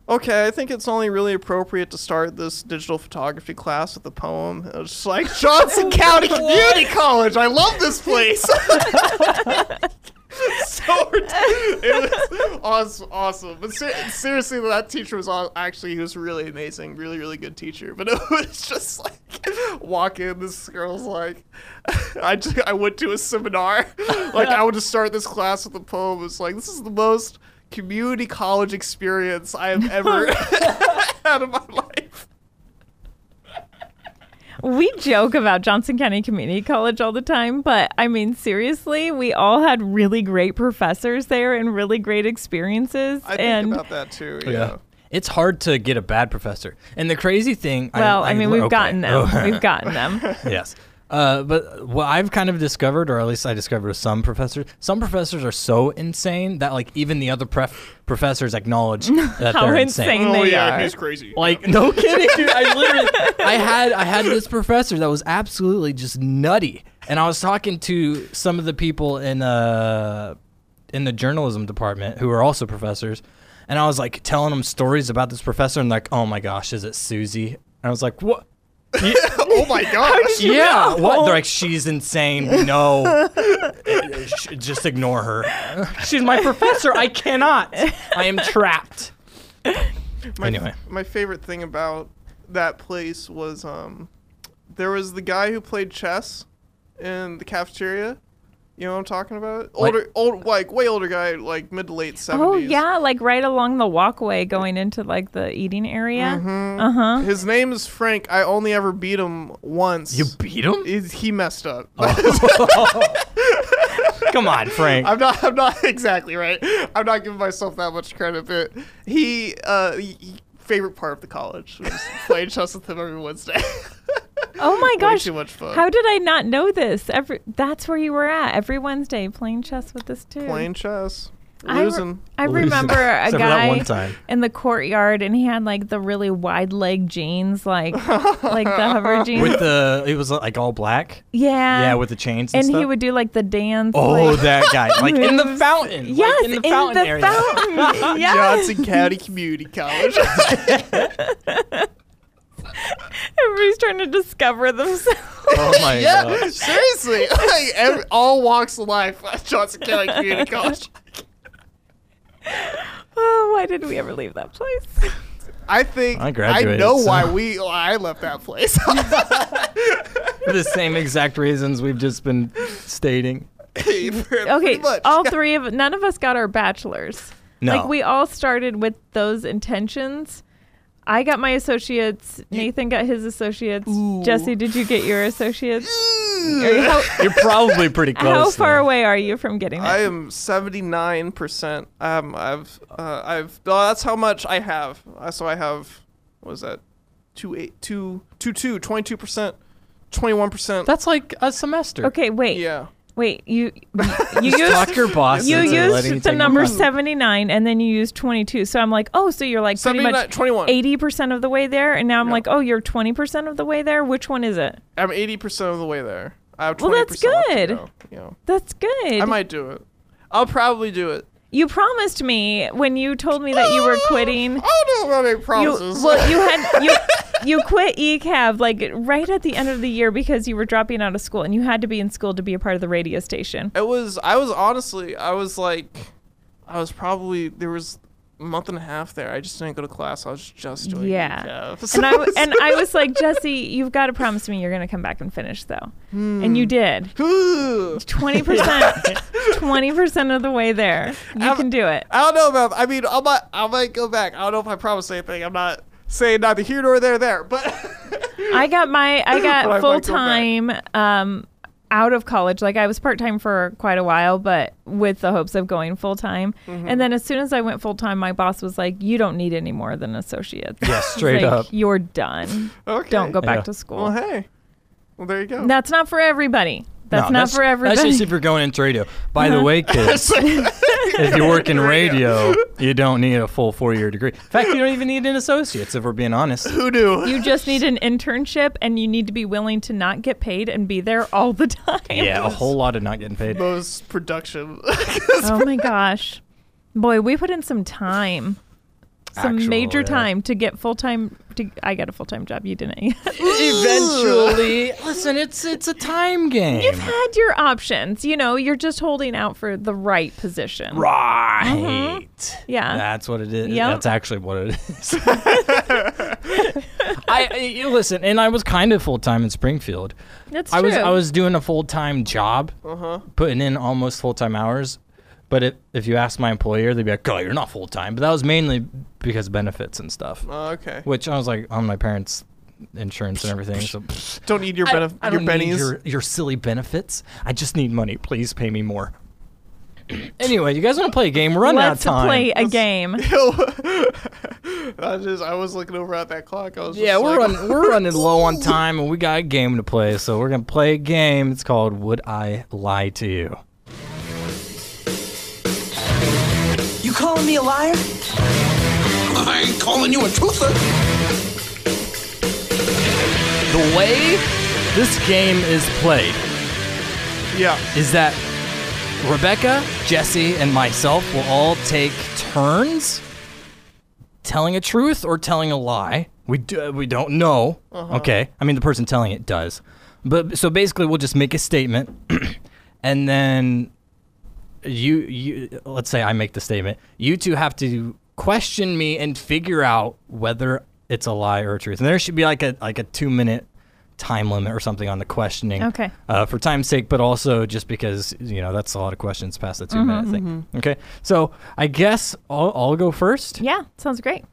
Speaker 7: okay i think it's only really appropriate to start this digital photography class with a poem and i was just like johnson county community college i love this place so rid- it was awesome, awesome. But ser- seriously, that teacher was aw- actually he was really amazing, really really good teacher. But it was just like walk in, this girl's like, I ju- I went to a seminar, like I would just start this class with a poem. It's like this is the most community college experience I have ever had in my life.
Speaker 6: we joke about Johnson County Community College all the time, but I mean, seriously, we all had really great professors there and really great experiences.
Speaker 7: I think
Speaker 6: and
Speaker 7: about that too. Yeah.
Speaker 5: Yeah. It's hard to get a bad professor. And the crazy thing.
Speaker 6: well, I, mean, we've
Speaker 5: okay.
Speaker 6: gotten them.
Speaker 5: Oh.
Speaker 6: We've gotten them.
Speaker 5: yes. Uh, but what I've kind of discovered, or at least I discovered with some professors, some professors are so insane that like even the other pref- professors acknowledge that
Speaker 6: How
Speaker 5: they're
Speaker 6: insane
Speaker 7: Oh,
Speaker 6: they are.
Speaker 7: crazy.
Speaker 5: Like no kidding, dude. I literally, I had, I had this professor that was absolutely just nutty, and I was talking to some of the people in uh, in the journalism department who are also professors, and I was like telling them stories about this professor, and like, oh my gosh, is it Susie? And I was like, what? You,
Speaker 7: oh my gosh.
Speaker 5: Yeah. What? They're like, she's insane. No. Sh- Just ignore her. She's my professor. I cannot. I am trapped. Anyway.
Speaker 7: my favorite thing about that place was um, there was the guy who played chess in the cafeteria. You know what I'm talking about? Older, old, like way older guy, like mid to late 70s.
Speaker 6: Oh yeah, like right along the walkway going into like the eating area.
Speaker 7: Mm-hmm. His name is Frank. I only ever beat him once.
Speaker 5: You Oh. beat him?
Speaker 7: He's- he messed up.
Speaker 5: Come on, Frank.
Speaker 7: I'm not. I'm not exactly right. I'm not giving myself that much credit, but he, uh, he- he- favorite part of the college was playing chess with him every Wednesday.
Speaker 6: Oh my gosh.
Speaker 7: too much fun.
Speaker 6: How did I not know this? Every that's where you were at every Wednesday playing chess with this dude.
Speaker 7: playing chess,
Speaker 6: I, re-
Speaker 7: losing.
Speaker 6: I remember a
Speaker 5: Except for that
Speaker 6: guy
Speaker 5: one time.
Speaker 6: in the courtyard and he had like the really wide leg jeans like like the hover jeans.
Speaker 5: With the, it was like all black.
Speaker 6: yeah.
Speaker 5: Yeah, with the chains and,
Speaker 6: Uh, and he
Speaker 5: stuff.
Speaker 6: would do like the dance.
Speaker 5: Oh,
Speaker 6: like,
Speaker 5: that guy. Like in the
Speaker 6: moves.
Speaker 5: fountain. like,
Speaker 6: Yes,
Speaker 5: in the fountain area.
Speaker 6: fountain. yes.
Speaker 7: Johnson County Community College.
Speaker 6: Everybody's trying to discover themselves.
Speaker 5: Oh my god.
Speaker 7: Seriously, like every, all walks of life. at Johnson County Community College.
Speaker 6: oh, why did we ever leave that place?
Speaker 7: I think
Speaker 5: I
Speaker 7: I,
Speaker 5: graduated,
Speaker 7: know
Speaker 5: so-
Speaker 7: why we. I left that place.
Speaker 5: For the same exact reasons we've just been stating.
Speaker 6: Okay, oh.
Speaker 7: Pretty much.
Speaker 6: all three of none of us got our bachelors.
Speaker 5: No.
Speaker 6: Like we all started with those intentions. I got my associates. Nathan got his associates. Jesse, did you get your associates? Are you- how,
Speaker 5: You're probably pretty close.
Speaker 6: how far
Speaker 5: though.
Speaker 6: away are you from getting
Speaker 7: I
Speaker 6: that?
Speaker 7: am seventy nine percent. Um, I've, uh, I've. No, that's how much I have. Uh, So I have, what is that, two eight, two, two two, twenty two percent, twenty one percent.
Speaker 5: That's like a semester.
Speaker 6: Okay, wait,
Speaker 7: Yeah.
Speaker 6: wait. You you used
Speaker 5: Talk your boss.
Speaker 6: you
Speaker 5: into letting you
Speaker 6: used the
Speaker 5: take
Speaker 6: number
Speaker 5: class.
Speaker 6: seventy nine, and then you used twenty two. So I'm like, oh, so you're like pretty
Speaker 7: 79,
Speaker 6: much
Speaker 7: 21.
Speaker 6: eighty percent of the way there, and now I'm like, oh, you're twenty percent of the way there. Which one is it?
Speaker 7: I'm eighty percent of the way there. I have 20%
Speaker 6: Well, that's
Speaker 7: left to
Speaker 6: good.
Speaker 7: go, you know.
Speaker 6: That's good.
Speaker 7: I might do it. I'll probably do it.
Speaker 6: You promised me when you told me that you were quitting.
Speaker 7: I don't know any
Speaker 6: You,
Speaker 7: promises.
Speaker 6: well, you had you you quit E ECAB like right at the end of the year because you were dropping out of school and you had to be in school to be a part of the radio station.
Speaker 7: it was. I was honestly. I was like, I was probably there was a month and a half there. I just didn't go to class. I was just doing
Speaker 6: Yeah.
Speaker 7: ECAF.
Speaker 6: And I w- and I was like, Jesse, you've got to promise me you're going to come back and finish though,
Speaker 7: Hmm.
Speaker 6: and you did.
Speaker 7: Ooh.
Speaker 6: Twenty percent, twenty percent of the way there. You can do it.
Speaker 7: I don't know about. I mean, I might, I might go back. I don't know if I promise anything. I'm not saying neither here nor there. There, but
Speaker 6: I got my I
Speaker 7: But
Speaker 6: got
Speaker 7: I might go
Speaker 6: full time um out of college. Like I was part time for quite a while, but with the hopes of going full time.
Speaker 7: Mm-hmm.
Speaker 6: And then as soon as I went full time, my boss was like, "You don't need any more than associates.
Speaker 5: Yeah, straight
Speaker 6: Like,
Speaker 5: up.
Speaker 6: you're done.
Speaker 7: okay.
Speaker 6: Don't go back
Speaker 5: Yeah.
Speaker 6: to school."
Speaker 7: Well, hey. Well, there you go.
Speaker 6: That's not for everybody. That's
Speaker 5: No,
Speaker 6: not for everybody.
Speaker 5: That's just if you're going into radio. By the way, kids, if you work in Uh-huh. radio, you don't need a full four-year degree. In fact, you don't even need an associate's if we're being honest.
Speaker 7: Who knew?
Speaker 6: you just need an internship, and you need to be willing to not get paid and be there all the time.
Speaker 5: Yeah, a whole lot of not getting paid.
Speaker 7: Most production.
Speaker 6: Oh my gosh. Boy, we put in some time. Some
Speaker 5: Actual,
Speaker 6: major
Speaker 5: yeah.
Speaker 6: time to get full time to I got a full time job, you didn't. you
Speaker 5: Eventually, listen, it's it's a time game.
Speaker 6: had your options. You know, you're just holding out for the right position.
Speaker 5: Right. Uh-huh.
Speaker 6: Yeah.
Speaker 5: That's what it is.
Speaker 6: Yep.
Speaker 5: That's actually what it is. I, I you listen, and I was kind of full time in Springfield.
Speaker 6: That's true.
Speaker 5: I was I was doing a full time job, putting in almost full time hours. But it, if you ask my employer, they'd be like, "Oh, you're not full time." But that was mainly because of benefits and stuff,
Speaker 7: Oh, okay.
Speaker 5: which I was like on my parents' insurance and everything. So pfft,
Speaker 7: Don't need your
Speaker 5: I-
Speaker 7: benef-
Speaker 5: I
Speaker 7: your
Speaker 5: don't need
Speaker 7: pennies.
Speaker 5: your, your silly benefits. I just need money. Please pay me more. anyway, you guys want to play a game? We're running out of
Speaker 6: Let's
Speaker 5: time.
Speaker 6: play a game.
Speaker 7: I was just I was looking over at that clock. I was
Speaker 5: Yeah,
Speaker 7: just
Speaker 5: we're
Speaker 7: like,
Speaker 5: running, we're running low on time, and we got a game to play. So we're gonna play a game. It's called "Would I Lie to You."
Speaker 9: You calling me a liar?
Speaker 10: I ain't calling you a truther.
Speaker 5: The way this game is played
Speaker 7: yeah.
Speaker 5: is that Rebecca, Jesse, and myself will all take turns telling a truth or telling a lie. We do, we don't know. Okay. I mean, the person telling it does. But so basically, we'll just make a statement, and then you you let's say I make the statement. You two have to question me and figure out whether it's a lie or a truth. And there should be like a like a two minute time limit or something on the questioning.
Speaker 6: Okay.
Speaker 5: Uh, for time's sake, but also just because you know that's a lot of questions past the 2 minute thing. Okay. So I guess I'll, I'll go first.
Speaker 6: Yeah, sounds great.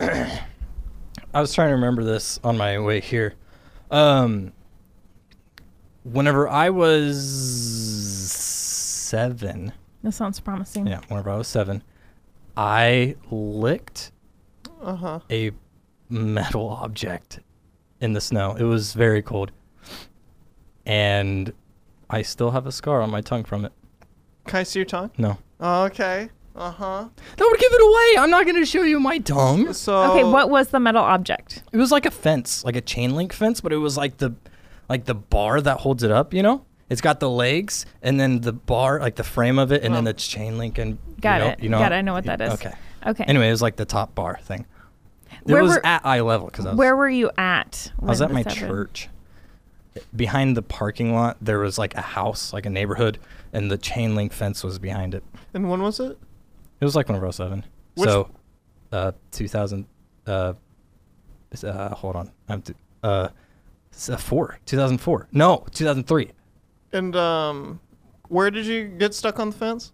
Speaker 5: I was trying to remember this on my way here. Um, whenever I was seven,
Speaker 6: That sounds promising.
Speaker 5: yeah, whenever I was seven, I licked a metal object in the snow. It was very cold, and I still have a scar on my tongue from it.
Speaker 7: Can I see your tongue?
Speaker 5: No,
Speaker 7: Okay. Uh huh.
Speaker 5: that would give it away. I'm not going to show you my tongue.
Speaker 7: So
Speaker 6: Okay,
Speaker 5: Oh.
Speaker 6: what was the metal object?
Speaker 5: It was like a fence, like a chain link fence, but it was like the like the bar that holds it up, you know? It's got the legs and then the bar, like the frame of it, and then the chain link and
Speaker 6: Got
Speaker 5: you know,
Speaker 6: it.
Speaker 5: You know,
Speaker 6: Got it. I know what that is.
Speaker 5: Okay.
Speaker 6: Okay.
Speaker 5: Anyway, it was like the top bar thing. It
Speaker 6: Where
Speaker 5: was
Speaker 6: were-
Speaker 5: at eye level because I was,
Speaker 6: Where were you at?
Speaker 5: I was
Speaker 6: when
Speaker 5: at my
Speaker 6: this happened?
Speaker 5: church. Behind the parking lot, there was like a house, like a neighborhood, and the chain link fence was behind it.
Speaker 7: and when was it?
Speaker 5: It was like one of row seven.
Speaker 7: Which-
Speaker 5: so, uh, 2000, uh, s- uh, hold on. I'm, t- uh, s- uh, four, 2004. No, 2003.
Speaker 7: And um, where did you get stuck on the fence?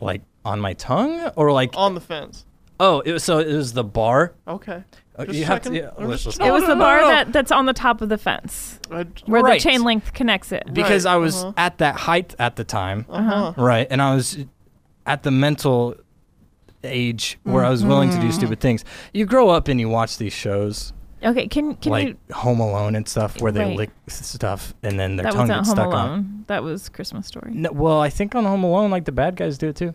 Speaker 5: Like on my tongue or like,
Speaker 7: On the fence.
Speaker 5: oh, it was, so it was the bar.
Speaker 7: Okay.
Speaker 5: Uh,
Speaker 7: Just
Speaker 5: you have to,
Speaker 7: checking.
Speaker 5: yeah,
Speaker 7: I'm
Speaker 5: let's
Speaker 7: just-
Speaker 5: just-
Speaker 6: It was
Speaker 7: no,
Speaker 6: the
Speaker 7: no,
Speaker 6: bar
Speaker 7: no.
Speaker 6: that, that's on the top of the fence
Speaker 7: I,
Speaker 6: where
Speaker 5: Right.
Speaker 6: the chain link connects it.
Speaker 5: because
Speaker 7: Right,
Speaker 5: I was
Speaker 6: Uh-huh.
Speaker 5: at that height at the time. Right. And I was at the mental age where I was willing
Speaker 6: Mm-hmm.
Speaker 5: to do stupid things. You grow up and you watch these shows
Speaker 6: Okay, can can
Speaker 5: like
Speaker 6: you?
Speaker 5: Home Alone and stuff where they
Speaker 6: Right.
Speaker 5: lick s- stuff and then their
Speaker 6: That
Speaker 5: tongue
Speaker 6: wasn't
Speaker 5: gets
Speaker 6: Home
Speaker 5: stuck
Speaker 6: Alone.
Speaker 5: on.
Speaker 6: That was Christmas Story.
Speaker 5: No, well, I think on Home Alone, like the bad guys do it too.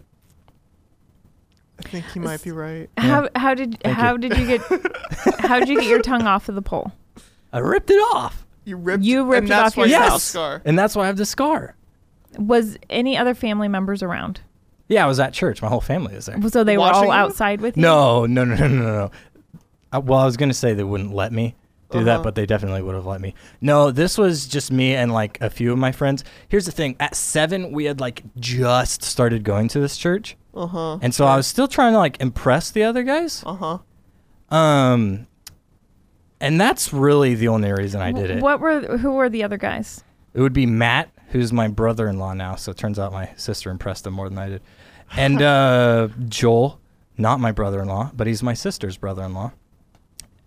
Speaker 7: I think he might be right.
Speaker 6: How how did
Speaker 5: Thank
Speaker 6: how
Speaker 5: you.
Speaker 6: did you get how did you get your tongue off of the pole?
Speaker 5: I ripped it off.
Speaker 7: You ripped.
Speaker 6: You ripped it
Speaker 7: and that's
Speaker 6: off
Speaker 7: why you
Speaker 6: yourself.
Speaker 7: have a
Speaker 6: Yes.
Speaker 7: Scar.
Speaker 5: And that's why I have the scar.
Speaker 6: Was any other family members around?
Speaker 5: Yeah, I was at church. My whole family is there.
Speaker 6: So they
Speaker 7: Watching
Speaker 6: were all
Speaker 7: you?
Speaker 6: outside with you.
Speaker 5: No, no, no, no, no, no. I, well, I was gonna say they wouldn't let me do that, but they definitely would have let me. No, this was just me and like a few of my friends. Here's the thing: at seven, we had like just started going to this church,
Speaker 7: Uh huh.
Speaker 5: and so I was still trying to like impress the other guys.
Speaker 7: Uh huh.
Speaker 5: Um, and that's really the only reason I did it.
Speaker 6: What were who were the other guys?
Speaker 5: It would be Matt, who's my brother-in-law now. So it turns out my sister impressed him more than I did, and uh, Joel, not my brother-in-law, but he's my sister's brother-in-law,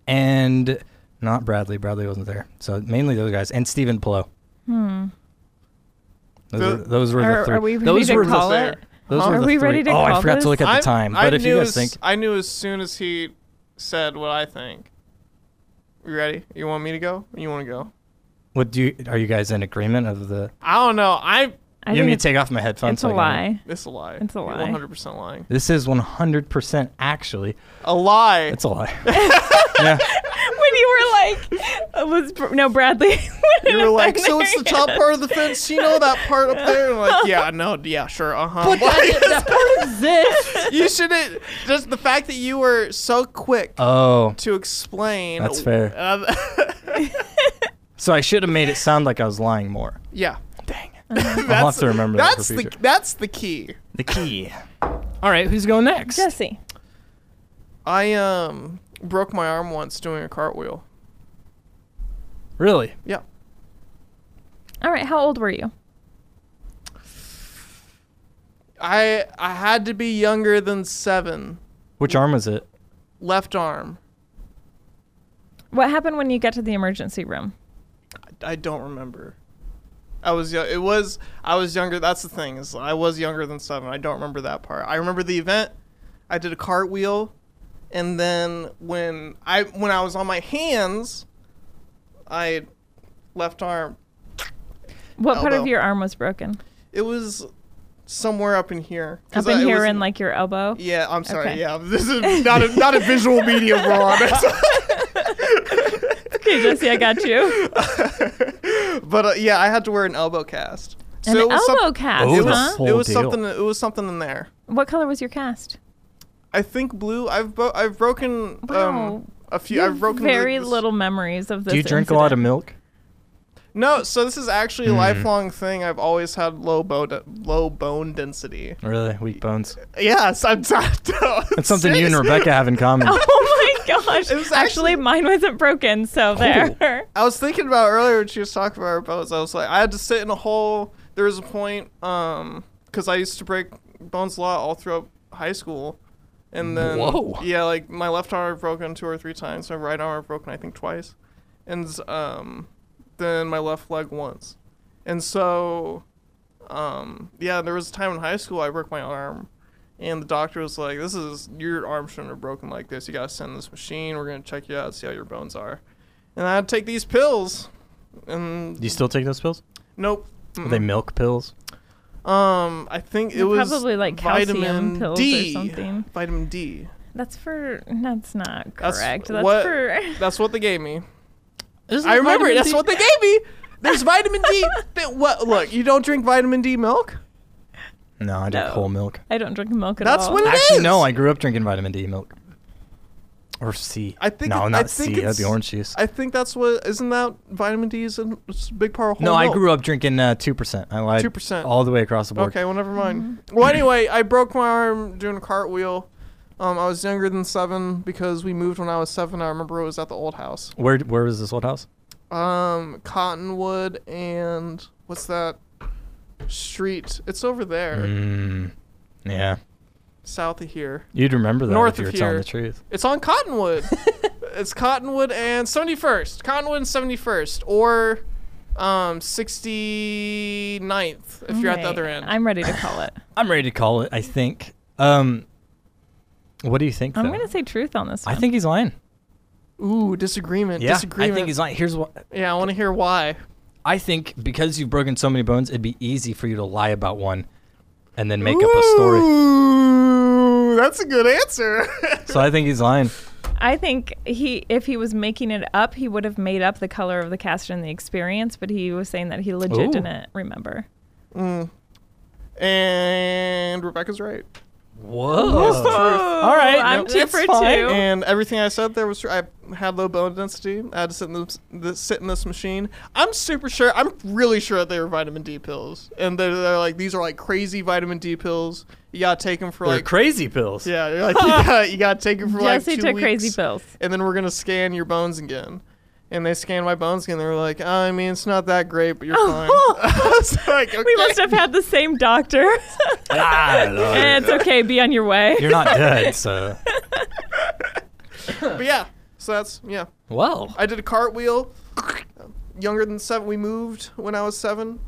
Speaker 5: and not Bradley. Bradley wasn't there. So mainly those guys and Stephen Pillow. Hmm. Those,
Speaker 7: The-
Speaker 5: were, those were the
Speaker 6: Are,
Speaker 5: three.
Speaker 6: are we ready
Speaker 5: those
Speaker 6: to
Speaker 5: were
Speaker 6: call
Speaker 5: the,
Speaker 7: there.
Speaker 6: it?
Speaker 5: Those
Speaker 7: Huh?
Speaker 5: were
Speaker 6: Are
Speaker 5: the
Speaker 6: we
Speaker 5: three.
Speaker 6: ready to
Speaker 5: oh, I
Speaker 6: call
Speaker 5: forgot
Speaker 6: this?
Speaker 5: to look at the time.
Speaker 7: I
Speaker 5: But if you
Speaker 7: knew
Speaker 5: guys
Speaker 7: as-
Speaker 5: think,
Speaker 7: I knew as soon as he said what I think. You ready? You want me to go? Or you want to go?
Speaker 5: what do you, are you guys in agreement of the?
Speaker 7: I don't know. I.
Speaker 6: I
Speaker 5: you want
Speaker 6: think
Speaker 5: me to
Speaker 6: it's,
Speaker 5: take off my headphones?
Speaker 6: it's
Speaker 5: so I
Speaker 6: a
Speaker 5: can-
Speaker 6: lie.
Speaker 7: It's a lie.
Speaker 6: It's a
Speaker 7: You're
Speaker 6: lie.
Speaker 7: 100% lying.
Speaker 5: This is 100% actually.
Speaker 7: A lie.
Speaker 5: It's a lie. yeah.
Speaker 6: When you were like, was Br- no Bradley?
Speaker 7: you were like, so it's the top part of the fence. You know that part up there? And like, yeah, no, yeah, sure, uh huh. you shouldn't. Just the fact that you were so quick
Speaker 5: Oh.
Speaker 7: to explain.
Speaker 5: That's fair.
Speaker 7: Uh,
Speaker 5: So I should have made it sound like I was lying more.
Speaker 7: yeah,
Speaker 5: Dang. I'll have to remember that for
Speaker 7: that's the
Speaker 5: future.
Speaker 7: that's the key.
Speaker 5: The key. All right, who's going next?
Speaker 6: Jesse.
Speaker 7: I um broke my arm once doing a cartwheel.
Speaker 5: Really?
Speaker 7: Yeah,
Speaker 6: All right, how old were you?
Speaker 7: I I had to be younger than seven.
Speaker 5: Which arm was it?
Speaker 7: Left arm.
Speaker 6: What happened when you got to the emergency room?
Speaker 7: I don't remember. I was yo- it was I was younger. That's the thing is I was younger than seven. I don't remember that part. I remember the event. I did a cartwheel, and then when I when I was on my hands, I left arm.
Speaker 6: What part of
Speaker 7: Elbow.
Speaker 6: your arm was broken?
Speaker 7: It was somewhere up in here.
Speaker 6: Up
Speaker 7: 'Cause
Speaker 6: in
Speaker 7: I- it
Speaker 6: here
Speaker 7: was-
Speaker 6: in like your elbow?
Speaker 7: Yeah, I'm sorry.
Speaker 6: Okay.
Speaker 7: Yeah, this is not a not a visual medium, Ron.
Speaker 6: Okay, Jesse, I got you.
Speaker 7: but uh, yeah, I had to wear an elbow cast.
Speaker 6: An
Speaker 7: it was some-
Speaker 6: elbow cast,
Speaker 5: Oh,
Speaker 7: It
Speaker 5: the
Speaker 6: huh?
Speaker 5: whole
Speaker 7: was, it was
Speaker 5: deal.
Speaker 7: something. It was something in there.
Speaker 6: What color was your cast?
Speaker 7: I think blue. I've bo- I've broken.
Speaker 6: Wow.
Speaker 7: Um, a few. I've broken the-
Speaker 6: Very
Speaker 7: this-
Speaker 6: little memories of this.
Speaker 5: Do you drink a lot of milk?
Speaker 7: No, so this is actually a
Speaker 5: Hmm.
Speaker 7: lifelong thing. I've always had low bone low bone density.
Speaker 5: Really? Weak bones.
Speaker 7: Yes, I'm tapped out.
Speaker 5: That's something you and Rebecca have in common.
Speaker 6: Oh my gosh!
Speaker 7: was
Speaker 6: actually,
Speaker 7: actually-
Speaker 6: mine wasn't broken,
Speaker 5: Oh.
Speaker 6: so there.
Speaker 7: I was thinking about earlier when she was talking about her bones. I was like, I had to sit in a hole. There was a point, um, because I used to break bones a lot all throughout high school, and then
Speaker 1: Whoa.
Speaker 7: yeah, like my left arm broken two or three times, my right arm broken I think twice, and um, then my left leg once, and so, um, yeah, there was a time in high school I broke my arm. And the doctor was like, "This is your arm shouldn't have broken like this. You gotta send this machine. We're gonna check you out, see how your bones are." and I'd take these pills. And
Speaker 5: Do you still take those pills?
Speaker 7: nope.
Speaker 5: Are they milk pills?
Speaker 7: Um, I think it
Speaker 6: They're
Speaker 7: was
Speaker 6: probably like calcium
Speaker 7: vitamin
Speaker 6: pills or
Speaker 7: D.
Speaker 6: something.
Speaker 7: Vitamin D.
Speaker 6: That's for. That's not
Speaker 7: That's
Speaker 6: correct. That's
Speaker 7: what-
Speaker 6: for.
Speaker 7: That's what they gave me. I remember. it. That's what they gave me. There's vitamin D. That- what? Look, you don't drink vitamin D milk.
Speaker 5: No, I drink
Speaker 6: No.
Speaker 5: whole milk.
Speaker 6: I don't drink milk at
Speaker 7: That's
Speaker 6: all.
Speaker 7: when it
Speaker 5: Actually,
Speaker 7: is.
Speaker 5: no, I grew up drinking vitamin D milk. Or C.
Speaker 7: I think
Speaker 5: no,
Speaker 7: it- I
Speaker 5: not
Speaker 7: think
Speaker 5: C. That'd be
Speaker 7: it's-
Speaker 5: orange juice.
Speaker 7: I think that's what. Isn't that vitamin D is a it's a big part of whole
Speaker 5: no, I
Speaker 7: milk.
Speaker 5: grew up drinking uh, 2%. I lied.
Speaker 7: 2%.
Speaker 5: All the way across the board.
Speaker 7: Okay, well, never mind. Well, anyway, I broke my arm doing a cartwheel. Um, I was younger than seven because we moved when I was seven. I remember it was at the old house.
Speaker 5: Where where was this old house?
Speaker 7: um cottonwood and what's that street it's over there
Speaker 5: Mm, yeah.
Speaker 7: south of here
Speaker 5: You'd remember that
Speaker 7: North
Speaker 5: if you were
Speaker 7: of
Speaker 5: telling
Speaker 7: here.
Speaker 5: the truth.
Speaker 7: it's on cottonwood it's cottonwood and 71st cottonwood and 71st or um 69th if you're at the
Speaker 6: Right.
Speaker 7: other end
Speaker 6: I'm ready to call it.
Speaker 5: I'm ready to call it, I think. Um, What do you think,
Speaker 6: I'm
Speaker 5: though?
Speaker 6: going to say truth on this
Speaker 5: I
Speaker 6: one.
Speaker 5: think he's lying.
Speaker 7: ooh disagreement
Speaker 5: Yeah,
Speaker 7: disagreement
Speaker 5: I think he's lying. Here's what
Speaker 7: yeah i want to hear why
Speaker 5: I think because you've broken so many bones, it'd be easy for you to lie about one and then make up a story.
Speaker 7: ooh that's a good answer
Speaker 5: So I think he's lying.
Speaker 6: I think he, if he was making it up, he would have made up the color of the cast and the experience, but he was saying that he legit
Speaker 5: Ooh.
Speaker 6: didn't remember.
Speaker 7: and rebecca's right
Speaker 5: Whoa.
Speaker 6: All
Speaker 5: right,
Speaker 6: I'm
Speaker 5: no,
Speaker 6: two
Speaker 5: it's
Speaker 6: for
Speaker 5: fine.
Speaker 6: two.
Speaker 7: and everything I said there was true. I had low bone density. I had to sit in this, this sit in this machine. I'm super sure. I'm really sure that they were vitamin D pills, and they're, they're like these are like crazy vitamin D pills. You gotta take them for
Speaker 5: They're
Speaker 7: like
Speaker 5: crazy pills.
Speaker 7: yeah, you're like, you, gotta, you gotta take them for
Speaker 6: Jesse
Speaker 7: like two
Speaker 6: took
Speaker 7: weeks,
Speaker 6: crazy pills.
Speaker 7: and then we're gonna scan your bones again. And they scanned my bones again. They were like, I mean, it's not that great, but you're fine. I was like, okay.
Speaker 6: We must have had the same doctor.
Speaker 5: Ah, Lord.
Speaker 6: Eh, it's okay. Be on your way.
Speaker 5: You're not dead, so.
Speaker 7: But yeah, so that's yeah.
Speaker 5: Well,
Speaker 7: I did a cartwheel. um, Younger than seven, we moved when I was seven.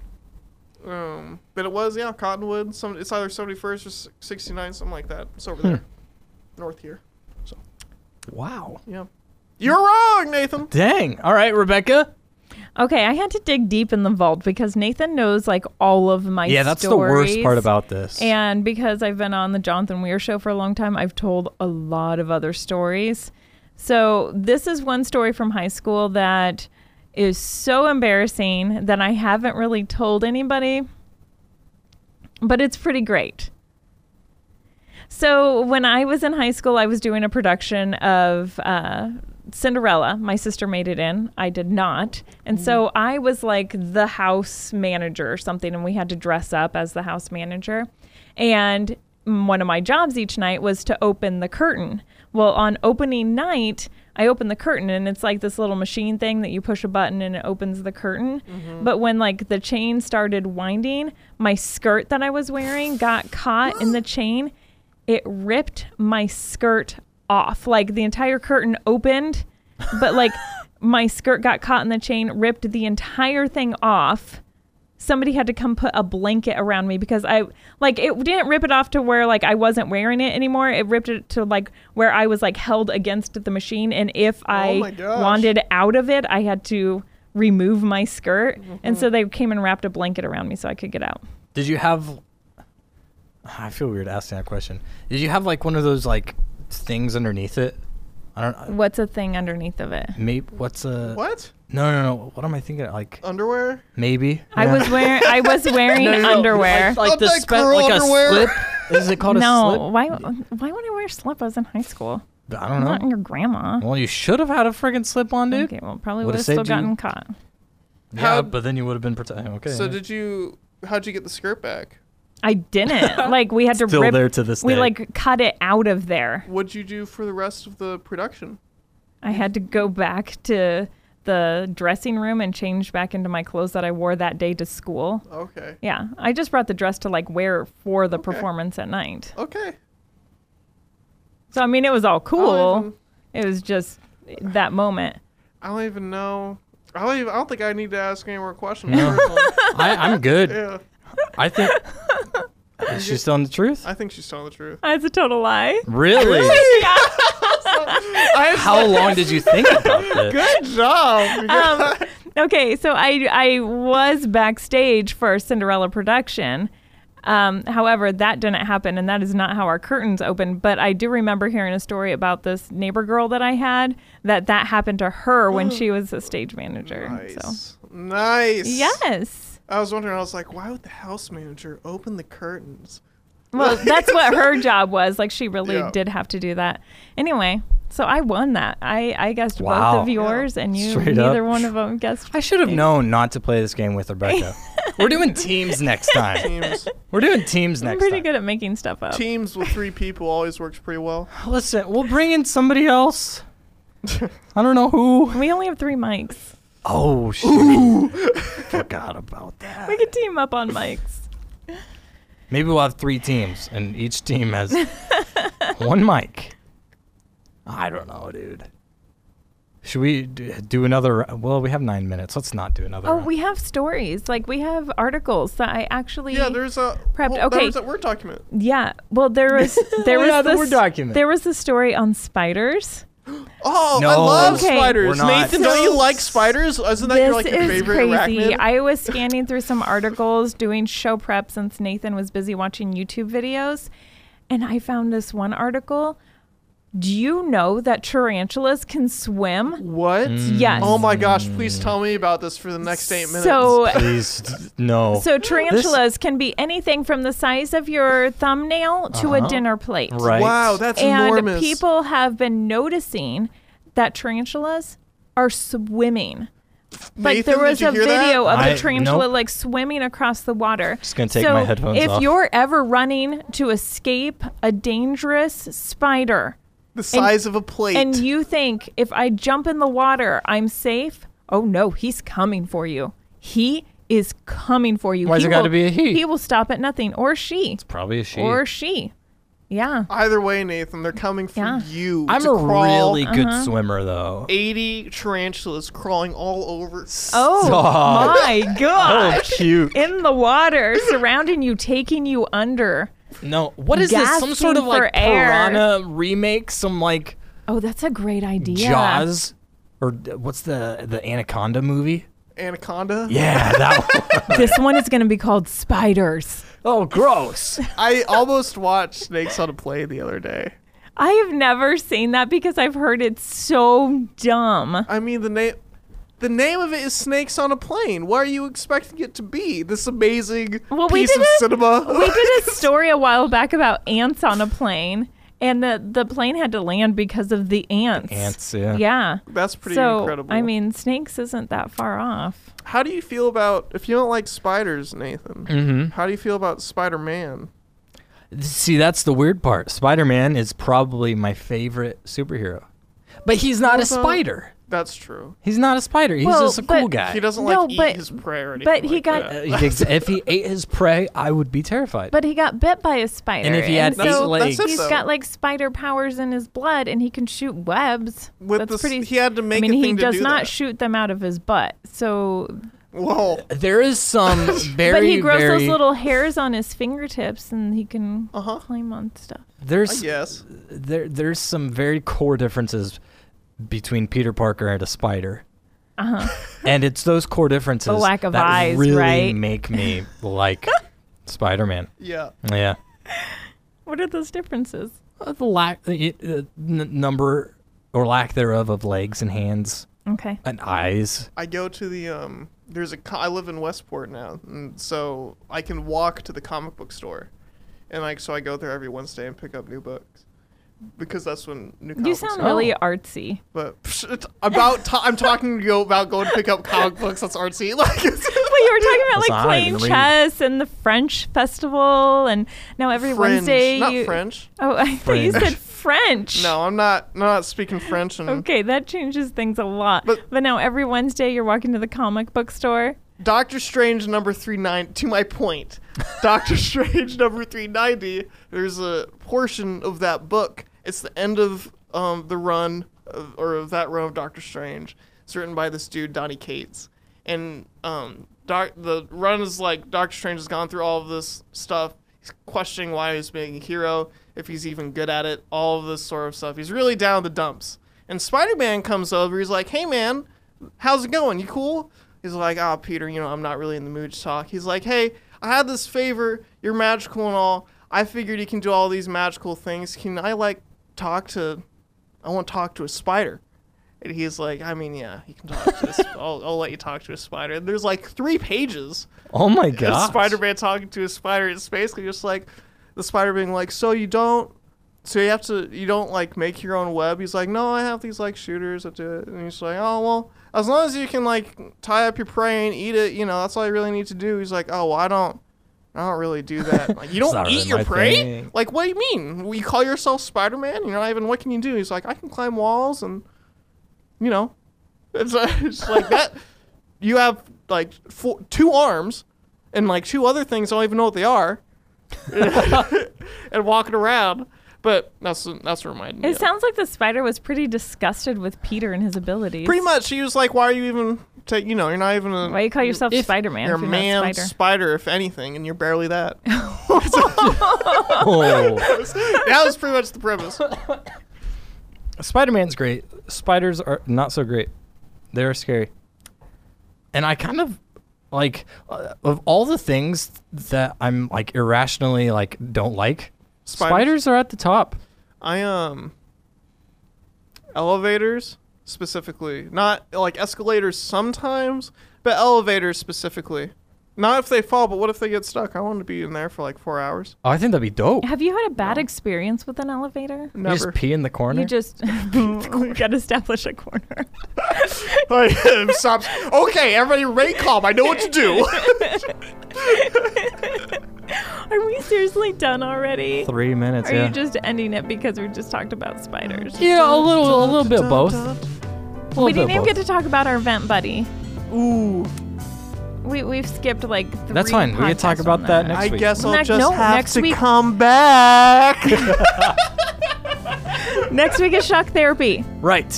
Speaker 7: Um, but it was yeah, Cottonwood. Some it's either seventy first or s- sixty nine, something like that. It's over there, north here.
Speaker 5: wow.
Speaker 7: Yeah, you're wrong, Nathan.
Speaker 5: Dang. All right, Rebecca.
Speaker 6: Okay, I had to dig deep in the vault because Nathan knows like all of my
Speaker 5: Yeah, that's the worst
Speaker 6: stories.
Speaker 5: part about this.
Speaker 6: And because I've been on the Jonathan Weir show for a long time, I've told a lot of other stories. So, this is one story from high school that is so embarrassing that I haven't really told anybody, but it's pretty great. So, when I was in high school, I was doing a production of uh, Cinderella. My sister made it in. I did not. And so I was like the house manager or something, and we had to dress up as the house manager. And mm, one of my jobs each night was to open the curtain. Well, on opening night, I opened the curtain, and it's like this little machine thing that you push a button and it opens the curtain. But when like the chain started winding, my skirt that I was wearing got caught in the chain it ripped my skirt off. Like the entire curtain opened, but like my skirt got caught in the chain, ripped the entire thing off. Somebody had to come put a blanket around me because I like it didn't rip it off to where like I wasn't wearing it anymore. It ripped it to like where I was like held against the machine and if
Speaker 7: Oh my
Speaker 6: I
Speaker 7: gosh.
Speaker 6: wanted out of it, I had to remove my skirt. And
Speaker 7: Mm-hmm.
Speaker 6: so they came and wrapped a blanket around me so I could get out.
Speaker 5: Did you have? I feel weird asking that question. Did you have like one of those like things underneath it? I don't.
Speaker 6: What's a thing underneath of it?
Speaker 5: Maybe what's a
Speaker 7: What
Speaker 5: No, no, no. What am I thinking? Like
Speaker 7: underwear?
Speaker 5: maybe.
Speaker 6: I
Speaker 5: Yeah.
Speaker 6: was wearing I was wearing underwear.
Speaker 5: Like,
Speaker 7: Not
Speaker 5: the
Speaker 7: that
Speaker 5: spe-
Speaker 7: girl
Speaker 5: like a
Speaker 7: underwear.
Speaker 5: slip. Is it called a
Speaker 6: no,
Speaker 5: slip?
Speaker 6: why why would I wear slippers in high school?
Speaker 5: I don't
Speaker 6: Not
Speaker 5: know.
Speaker 6: your grandma.
Speaker 5: Well, you should have had a friggin' slip on, dude.
Speaker 6: Okay, well, probably would
Speaker 5: Would've
Speaker 6: have still
Speaker 5: saved you.
Speaker 6: gotten caught.
Speaker 5: Yeah,
Speaker 7: How-
Speaker 5: but then you would have been protected. Okay.
Speaker 7: So did you? How'd you get the skirt back?
Speaker 6: I didn't. like we had to
Speaker 5: Still
Speaker 6: rip.
Speaker 5: there to this
Speaker 6: we
Speaker 5: day.
Speaker 6: like cut it out of there.
Speaker 7: What'd you do for the rest of the production?
Speaker 6: I had to go back to the dressing room and change back into my clothes that I wore that day to school.
Speaker 7: Okay.
Speaker 6: Yeah, I just brought the dress to like wear for the performance at night.
Speaker 7: Okay.
Speaker 6: So I mean, it was
Speaker 5: Oh,
Speaker 6: all
Speaker 7: I'll
Speaker 6: cool.
Speaker 7: even-
Speaker 6: It was just that moment.
Speaker 7: I don't even know. I don't, even, I don't think I need to ask any more questions. personally.
Speaker 5: I, I'm good.
Speaker 7: yeah.
Speaker 5: I think. Is she telling the truth?
Speaker 7: I think she's telling the truth.
Speaker 6: That's a total lie.
Speaker 5: Really?
Speaker 7: I
Speaker 5: How long did you think about this?
Speaker 7: good job.
Speaker 6: Um, okay, so I I was backstage for Cinderella production. Um, however, that didn't happen, and that is not how our curtains opened. But I do remember hearing a story about this neighbor girl that I had that that happened to her when she was a stage manager. So
Speaker 7: nice. Nice.
Speaker 6: yes,
Speaker 7: I was wondering. I was like, why would the house manager open the curtains?
Speaker 6: well, that's what her job was. Like she really
Speaker 7: Yeah.
Speaker 6: did have to do that. Anyway, so I won that. I I guessed
Speaker 5: Wow.
Speaker 6: both of yours, and you
Speaker 5: Straight up.
Speaker 6: neither one of them guessed.
Speaker 5: I should have known not to play this game with Rebecca. We're doing teams next time.
Speaker 7: Teams,
Speaker 5: We're doing teams
Speaker 6: I'm
Speaker 5: next
Speaker 6: pretty
Speaker 5: time.
Speaker 6: good at making stuff up.
Speaker 7: teams with three people always works pretty well.
Speaker 5: Oh, Listen, we'll bring in somebody else. I don't know who.
Speaker 6: We only have three mics.
Speaker 5: Oh shoot! Forgot about that.
Speaker 6: We could team up on mics.
Speaker 5: Maybe we'll have three teams, and each team has one mic. I don't know, dude. Should we d- do another? Well, we have nine minutes. Let's not do another.
Speaker 6: Oh,
Speaker 5: round.
Speaker 6: we have stories. Like we have articles that I actually.
Speaker 7: Yeah, there's a
Speaker 6: Prepped,
Speaker 7: Well,
Speaker 6: okay.
Speaker 7: There's a word document.
Speaker 6: Yeah. Well, there was there
Speaker 5: Oh,
Speaker 6: was
Speaker 5: yeah, the
Speaker 6: this,
Speaker 5: Word document.
Speaker 6: There was the story on spiders.
Speaker 7: Oh, I
Speaker 5: No.
Speaker 7: love
Speaker 6: Okay.
Speaker 5: We're
Speaker 7: spiders.
Speaker 5: not.
Speaker 7: Nathan, don't you
Speaker 6: So-
Speaker 7: like spiders? Isn't that
Speaker 6: this
Speaker 7: your like your
Speaker 6: is
Speaker 7: favorite
Speaker 6: crazy.
Speaker 7: arachnid?
Speaker 6: I was scanning through some articles, doing show prep since Nathan was busy watching YouTube videos, and I found this one article. Do you know that tarantulas can swim?
Speaker 7: what?
Speaker 6: Yes.
Speaker 7: Oh my gosh! Please tell me about this for the next eight minutes.
Speaker 6: So
Speaker 5: Please, d- no.
Speaker 6: So tarantulas can be anything from the size of your thumbnail to
Speaker 7: Uh-huh.
Speaker 6: a dinner plate.
Speaker 5: right?
Speaker 7: wow, that's
Speaker 6: and
Speaker 7: enormous.
Speaker 6: people have been noticing that tarantulas are swimming. like
Speaker 7: Nathan,
Speaker 6: there was
Speaker 7: did you
Speaker 6: a
Speaker 7: hear that?
Speaker 6: video of
Speaker 5: I-
Speaker 6: a tarantula
Speaker 5: nope.
Speaker 6: like swimming across the water.
Speaker 5: Just gonna take
Speaker 6: so
Speaker 5: my headphones
Speaker 6: if
Speaker 5: off.
Speaker 6: you're ever running to escape a dangerous spider
Speaker 7: the size of a plate.
Speaker 6: and you think if I jump in the water I'm safe, oh no, he's coming for you. He is coming for you.
Speaker 5: Why's
Speaker 6: He
Speaker 5: it gotta
Speaker 6: will-
Speaker 5: be a he?
Speaker 6: He will stop at nothing or she
Speaker 5: Probably a she.
Speaker 6: or she. Yeah.
Speaker 7: Either way, Nathan, they're coming for
Speaker 6: Yeah.
Speaker 7: you.
Speaker 5: I'm
Speaker 7: to
Speaker 5: a
Speaker 7: crawl
Speaker 5: really good
Speaker 6: Uh-huh.
Speaker 5: swimmer, though.
Speaker 7: 80 tarantulas crawling all over.
Speaker 6: Oh
Speaker 5: Stop.
Speaker 6: my
Speaker 5: Oh,
Speaker 6: gosh.
Speaker 5: cute.
Speaker 6: In the water, surrounding you, taking you under.
Speaker 5: No, what is this? Some sort
Speaker 6: Gasping
Speaker 5: of like
Speaker 6: for air.
Speaker 5: piranha remake? Some like
Speaker 6: Oh, that's a great idea.
Speaker 5: Jaws, or d- what's the the Anaconda movie?
Speaker 7: Anaconda?
Speaker 5: Yeah, that. one.
Speaker 6: This one is going to be called Spiders.
Speaker 5: Oh, gross.
Speaker 7: I almost watched Snakes on a Plane the other day.
Speaker 6: I have never seen that because I've heard it's so dumb.
Speaker 7: I mean, the name. The name of it is Snakes on a Plane. What are you expecting it to be? This amazing
Speaker 6: Well, we
Speaker 7: piece
Speaker 6: did
Speaker 7: of
Speaker 6: a-
Speaker 7: cinema.
Speaker 6: We did a story a while back about ants on a plane, and the, the plane had to land because of the ants.
Speaker 5: Ants, yeah.
Speaker 6: Yeah.
Speaker 7: That's pretty
Speaker 6: so,
Speaker 7: incredible.
Speaker 6: I mean, snakes isn't that far off.
Speaker 7: how do you feel about if you don't like spiders, Nathan? Mm-hmm. How do you feel about Spider-Man?
Speaker 5: See, that's the weird part. Spider Man is probably my favorite superhero, but he's not a
Speaker 7: Although-
Speaker 5: spider.
Speaker 7: That's true.
Speaker 5: He's not a spider. He's
Speaker 6: Well,
Speaker 5: just a cool
Speaker 6: but-
Speaker 5: guy.
Speaker 7: He doesn't
Speaker 6: No,
Speaker 7: like
Speaker 6: but-
Speaker 7: eat his prey or anything.
Speaker 6: but he
Speaker 7: like
Speaker 6: got-
Speaker 7: that.
Speaker 5: Uh, ex- if he ate his prey, I would be terrified.
Speaker 6: But he got bit by a spider.
Speaker 5: and if he had eight
Speaker 7: so-
Speaker 5: legs,
Speaker 7: that's it,
Speaker 6: He's
Speaker 7: So-
Speaker 6: got like spider powers in his blood, and he can shoot webs.
Speaker 7: With
Speaker 6: That's
Speaker 7: this-
Speaker 6: pretty.
Speaker 7: he had to make
Speaker 6: I mean,
Speaker 7: a
Speaker 6: he
Speaker 7: thing to
Speaker 6: does
Speaker 7: do
Speaker 6: not
Speaker 7: that.
Speaker 6: shoot them out of his butt. So,
Speaker 7: Whoa.
Speaker 5: there is some very,
Speaker 6: but he grows
Speaker 5: very
Speaker 6: those little hairs on his fingertips, and he can
Speaker 7: Uh-huh.
Speaker 6: climb on stuff.
Speaker 5: there's
Speaker 7: Yes.
Speaker 5: there there's some very core differences between Peter Parker and a spider. Uh-huh. and it's those core differences
Speaker 6: The lack of
Speaker 5: that
Speaker 6: eyes,
Speaker 5: really
Speaker 6: right?
Speaker 5: make me like Spider-Man.
Speaker 7: Yeah.
Speaker 5: Yeah.
Speaker 6: What are those differences?
Speaker 5: Uh, the lack the uh, n- number or lack thereof of legs and hands
Speaker 6: Okay.
Speaker 5: and eyes.
Speaker 7: I go to the um. There's a. co- I live in Westport now, and so I can walk to the comic book store, and like so I go there every Wednesday and pick up new books. because that's when new comic
Speaker 6: You
Speaker 7: books
Speaker 6: sound
Speaker 7: come
Speaker 6: really
Speaker 7: out.
Speaker 6: artsy.
Speaker 7: But psh, it's about t- I'm talking to you about going to pick up comic books. That's artsy. Like it's
Speaker 6: But you were talking about
Speaker 5: Listen, I don't
Speaker 6: like playing
Speaker 5: even read.
Speaker 6: chess and the French festival, and now every
Speaker 7: Fringe,
Speaker 6: Wednesday
Speaker 7: not
Speaker 6: you.
Speaker 7: French.
Speaker 6: Oh, I thought you
Speaker 5: Fringe.
Speaker 6: said French.
Speaker 7: No, I'm not. I'm not speaking French. And
Speaker 6: Okay, that changes things a lot. But,
Speaker 7: But-
Speaker 6: now every Wednesday you're walking to the comic book store.
Speaker 7: Doctor Strange number three nine. To my point, Doctor Strange number three ninety. There's a portion of that book. It's the end of um, the run of, or of that run of Doctor Strange. It's written by this dude Donny Cates, and um, doc, the run is like Doctor Strange has gone through all of this stuff. He's questioning why he's being a hero, if he's even good at it, all of this sort of stuff. He's really down in the dumps. And Spider Man comes over. He's like, "Hey, man, how's it going? You cool? He's like, ah, Peter, you know, I'm not really in the mood to talk. He's like, hey, I had this favor. You're magical and all. I figured you can do all these magical things. Can I, like, talk to, I want to talk to a spider. And he's like, I mean, yeah, you can talk to this. I'll, I'll let you talk to a spider. And there's like three pages
Speaker 5: Oh my
Speaker 7: of
Speaker 5: god.
Speaker 7: Spider Man talking to a spider. It's basically just like the spider being like, so you don't, so you have to, you don't like make your own web. He's like, no, I have these like shooters that do it. And he's like, oh, well, as long as you can like tie up your prey and eat it, you know, that's all you really need to do. He's like, oh, well, I don't. I don't really do that. Like, you
Speaker 5: It's
Speaker 7: don't
Speaker 5: not
Speaker 7: eat
Speaker 5: really
Speaker 7: your
Speaker 5: my
Speaker 7: prey?
Speaker 5: thing.
Speaker 7: Like, what do you mean? Well, You call yourself Spider Man? You're not even, what can you do? He's like, I can climb walls and, you know. It's, uh, it's like that. You have, like, four, two arms and, like, two other things. I don't even know what they are. and walking around. But that's that's reminding me.
Speaker 6: It
Speaker 7: of-
Speaker 6: sounds like the spider was pretty disgusted with Peter and his abilities.
Speaker 7: Pretty much, she was like, why are you even, ta- you know, you're not even a.
Speaker 6: Why you call yourself Spider Man?
Speaker 7: You're a
Speaker 6: if you're not
Speaker 7: man
Speaker 6: spider.
Speaker 7: spider. if anything, and you're barely that.
Speaker 5: Oh.
Speaker 7: that was pretty much the premise.
Speaker 5: Spider Man's great. Spiders are not so great. They're scary. And I kind of like uh, of all the things that I'm like irrationally like don't like. Spiders,
Speaker 7: Spiders?
Speaker 5: are at the top.
Speaker 7: I um elevators specifically, not like escalators sometimes, but elevators specifically. Not if they fall, but what if they get stuck? I want to be in there for like four hours.
Speaker 5: Oh, I think that'd be dope.
Speaker 6: Have you had a bad experience with an elevator?
Speaker 5: You just
Speaker 7: Never.
Speaker 5: pee in the corner.
Speaker 6: You just got to establish a corner.
Speaker 7: Like, stops. Okay, everybody, rate calm. I know what to do.
Speaker 6: Are we seriously done already?
Speaker 5: Three minutes.
Speaker 6: Are
Speaker 5: yeah.
Speaker 6: you just ending it because we just talked about spiders?
Speaker 5: yeah, a little, a little bit of both. A little
Speaker 6: We
Speaker 5: bit
Speaker 6: didn't
Speaker 5: of
Speaker 6: even
Speaker 5: both.
Speaker 6: get to talk about our vent buddy.
Speaker 7: Ooh,
Speaker 6: We we've skipped like three
Speaker 5: That's fine. We could talk
Speaker 6: podcasts
Speaker 5: about
Speaker 6: on
Speaker 5: that next
Speaker 7: I
Speaker 5: week.
Speaker 7: guess I'll
Speaker 6: Next-
Speaker 7: just
Speaker 6: no,
Speaker 7: have
Speaker 6: next
Speaker 7: to
Speaker 6: week.
Speaker 7: come back.
Speaker 6: Next week is shock therapy.
Speaker 5: Right.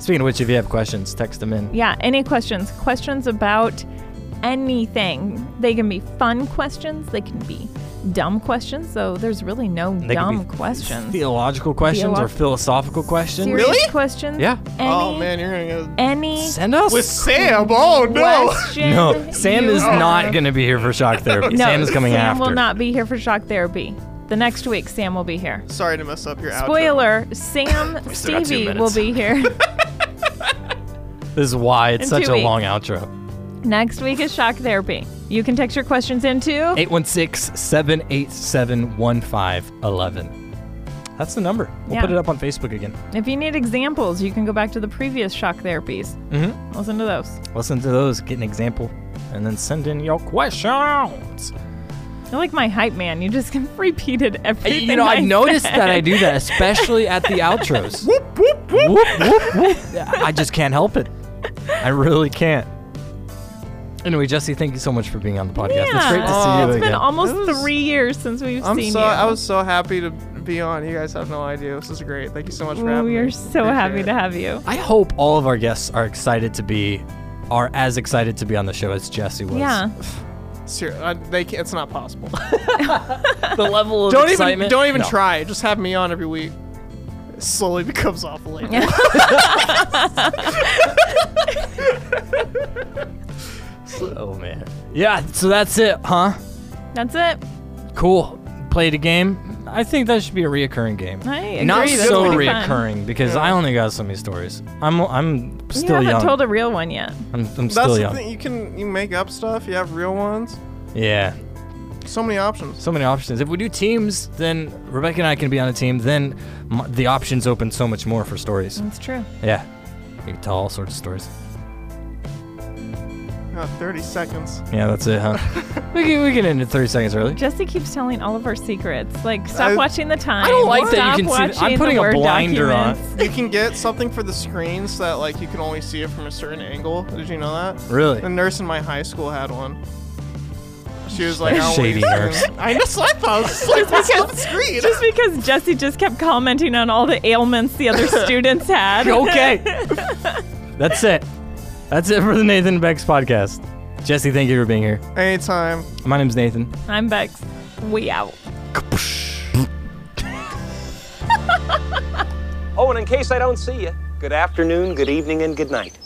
Speaker 5: Speaking of which, if you have questions, text them in.
Speaker 6: Yeah. Any questions? Questions about anything? They can be fun questions. They can be dumb questions. So there's really no
Speaker 5: They could
Speaker 6: dumb
Speaker 5: be
Speaker 6: questions.
Speaker 5: Theological questions or
Speaker 6: Theolog-
Speaker 5: philosophical questions.
Speaker 6: Serious
Speaker 7: Really?
Speaker 6: Questions.
Speaker 5: Yeah.
Speaker 6: Any,
Speaker 7: oh man, you're gonna go
Speaker 6: Any
Speaker 5: Send us.
Speaker 7: with Sam. Oh no.
Speaker 6: question?
Speaker 5: no, Sam
Speaker 6: you
Speaker 5: is not going to be here for shock therapy.
Speaker 6: No,
Speaker 5: Sam is coming
Speaker 6: Sam
Speaker 5: after.
Speaker 6: will not be here for shock therapy. The next week, Sam will be here.
Speaker 7: Sorry to mess up your outro.
Speaker 6: Spoiler: Sam
Speaker 5: still got two
Speaker 6: Stevie will
Speaker 5: minutes.
Speaker 6: be here.
Speaker 5: This is why it's
Speaker 6: In
Speaker 5: such
Speaker 6: two
Speaker 5: a
Speaker 6: weeks.
Speaker 5: long outro.
Speaker 6: next week is shock therapy. You can text your questions in too.
Speaker 5: 816-787-1511. That's the number. We'll
Speaker 6: Yeah.
Speaker 5: put it up on Facebook again.
Speaker 6: If you need examples, you can go back to the previous shock therapies. Mm-hmm. Listen to those.
Speaker 5: Listen to those, get an example, and then send in your questions.
Speaker 6: You're like my hype man. You just repeated everything.
Speaker 5: You know,
Speaker 6: I
Speaker 5: I've noticed
Speaker 6: said.
Speaker 5: that I do that, especially at the outros. whoop, whoop, whoop. whoop, whoop, I just can't help it. I really can't. Anyway, Jesse, thank you so much for being on the podcast. It's great to see
Speaker 6: Yeah.
Speaker 5: you
Speaker 6: It's
Speaker 5: again.
Speaker 6: been almost
Speaker 7: This is-
Speaker 6: three years since we've
Speaker 7: I'm
Speaker 6: seen
Speaker 7: so
Speaker 6: you.
Speaker 7: I was so happy to be on. You guys have no idea. This is great. Thank you so much for having me.
Speaker 6: we are so
Speaker 7: Appreciate
Speaker 6: happy
Speaker 7: it.
Speaker 6: to have you.
Speaker 5: I hope all of our guests are excited to be, are as excited to be on the show as Jesse was.
Speaker 6: Yeah.
Speaker 7: Ser- uh, they can- it's not possible.
Speaker 5: the level of
Speaker 7: don't even
Speaker 5: excitement-
Speaker 7: don't even
Speaker 5: No.
Speaker 7: try. Just have me on every week. It slowly becomes awful. label.
Speaker 5: Oh man. Yeah. So that's it, huh?
Speaker 6: That's it.
Speaker 5: Cool. Played a game. I think that should be a reoccurring game.
Speaker 6: I agree.
Speaker 5: Not
Speaker 6: That's
Speaker 5: so
Speaker 6: pretty fun.
Speaker 5: reoccurring because I only got so many stories. I'm I'm
Speaker 6: You
Speaker 5: still
Speaker 6: haven't
Speaker 5: young.
Speaker 6: told a real one yet.
Speaker 5: I'm, I'm
Speaker 7: That's
Speaker 5: still
Speaker 7: the
Speaker 5: young.
Speaker 7: thing. You can you make up stuff. You have real ones.
Speaker 5: Yeah.
Speaker 7: So many options.
Speaker 5: So many options. If we do teams, then Rebecca and I can be on a team. Then m- the options open so much more for stories.
Speaker 6: That's true.
Speaker 5: Yeah, you can tell all sorts of stories.
Speaker 7: Uh, 30 seconds.
Speaker 5: Yeah, that's it, huh? we can we can end it 30 seconds early.
Speaker 6: Jesse keeps telling all of our secrets. Like, stop
Speaker 7: I-
Speaker 6: watching the time.
Speaker 5: I don't like
Speaker 6: stop
Speaker 5: that you can see
Speaker 6: watching
Speaker 5: that. I'm putting
Speaker 6: the
Speaker 5: a
Speaker 6: Word
Speaker 5: blinder on.
Speaker 6: documents.
Speaker 7: You can get something for the screen so that like you can only see it from a certain angle. Did you know that?
Speaker 5: Really?
Speaker 7: The nurse in my high school had one. She was like, I don't
Speaker 5: Shady
Speaker 7: want you to-
Speaker 5: nurse.
Speaker 7: I know, that's what I thought. I was just like, what's on the screen?
Speaker 6: Just because Jesse just kept commenting on all the ailments the other students had.
Speaker 5: okay. That's it. That's it for the Nathan Beck's podcast. Jesse, thank you for being here.
Speaker 7: Anytime.
Speaker 5: My name's Nathan.
Speaker 6: I'm Bex. We out.
Speaker 9: Oh, and in case I don't see you, good afternoon, good evening, and good night.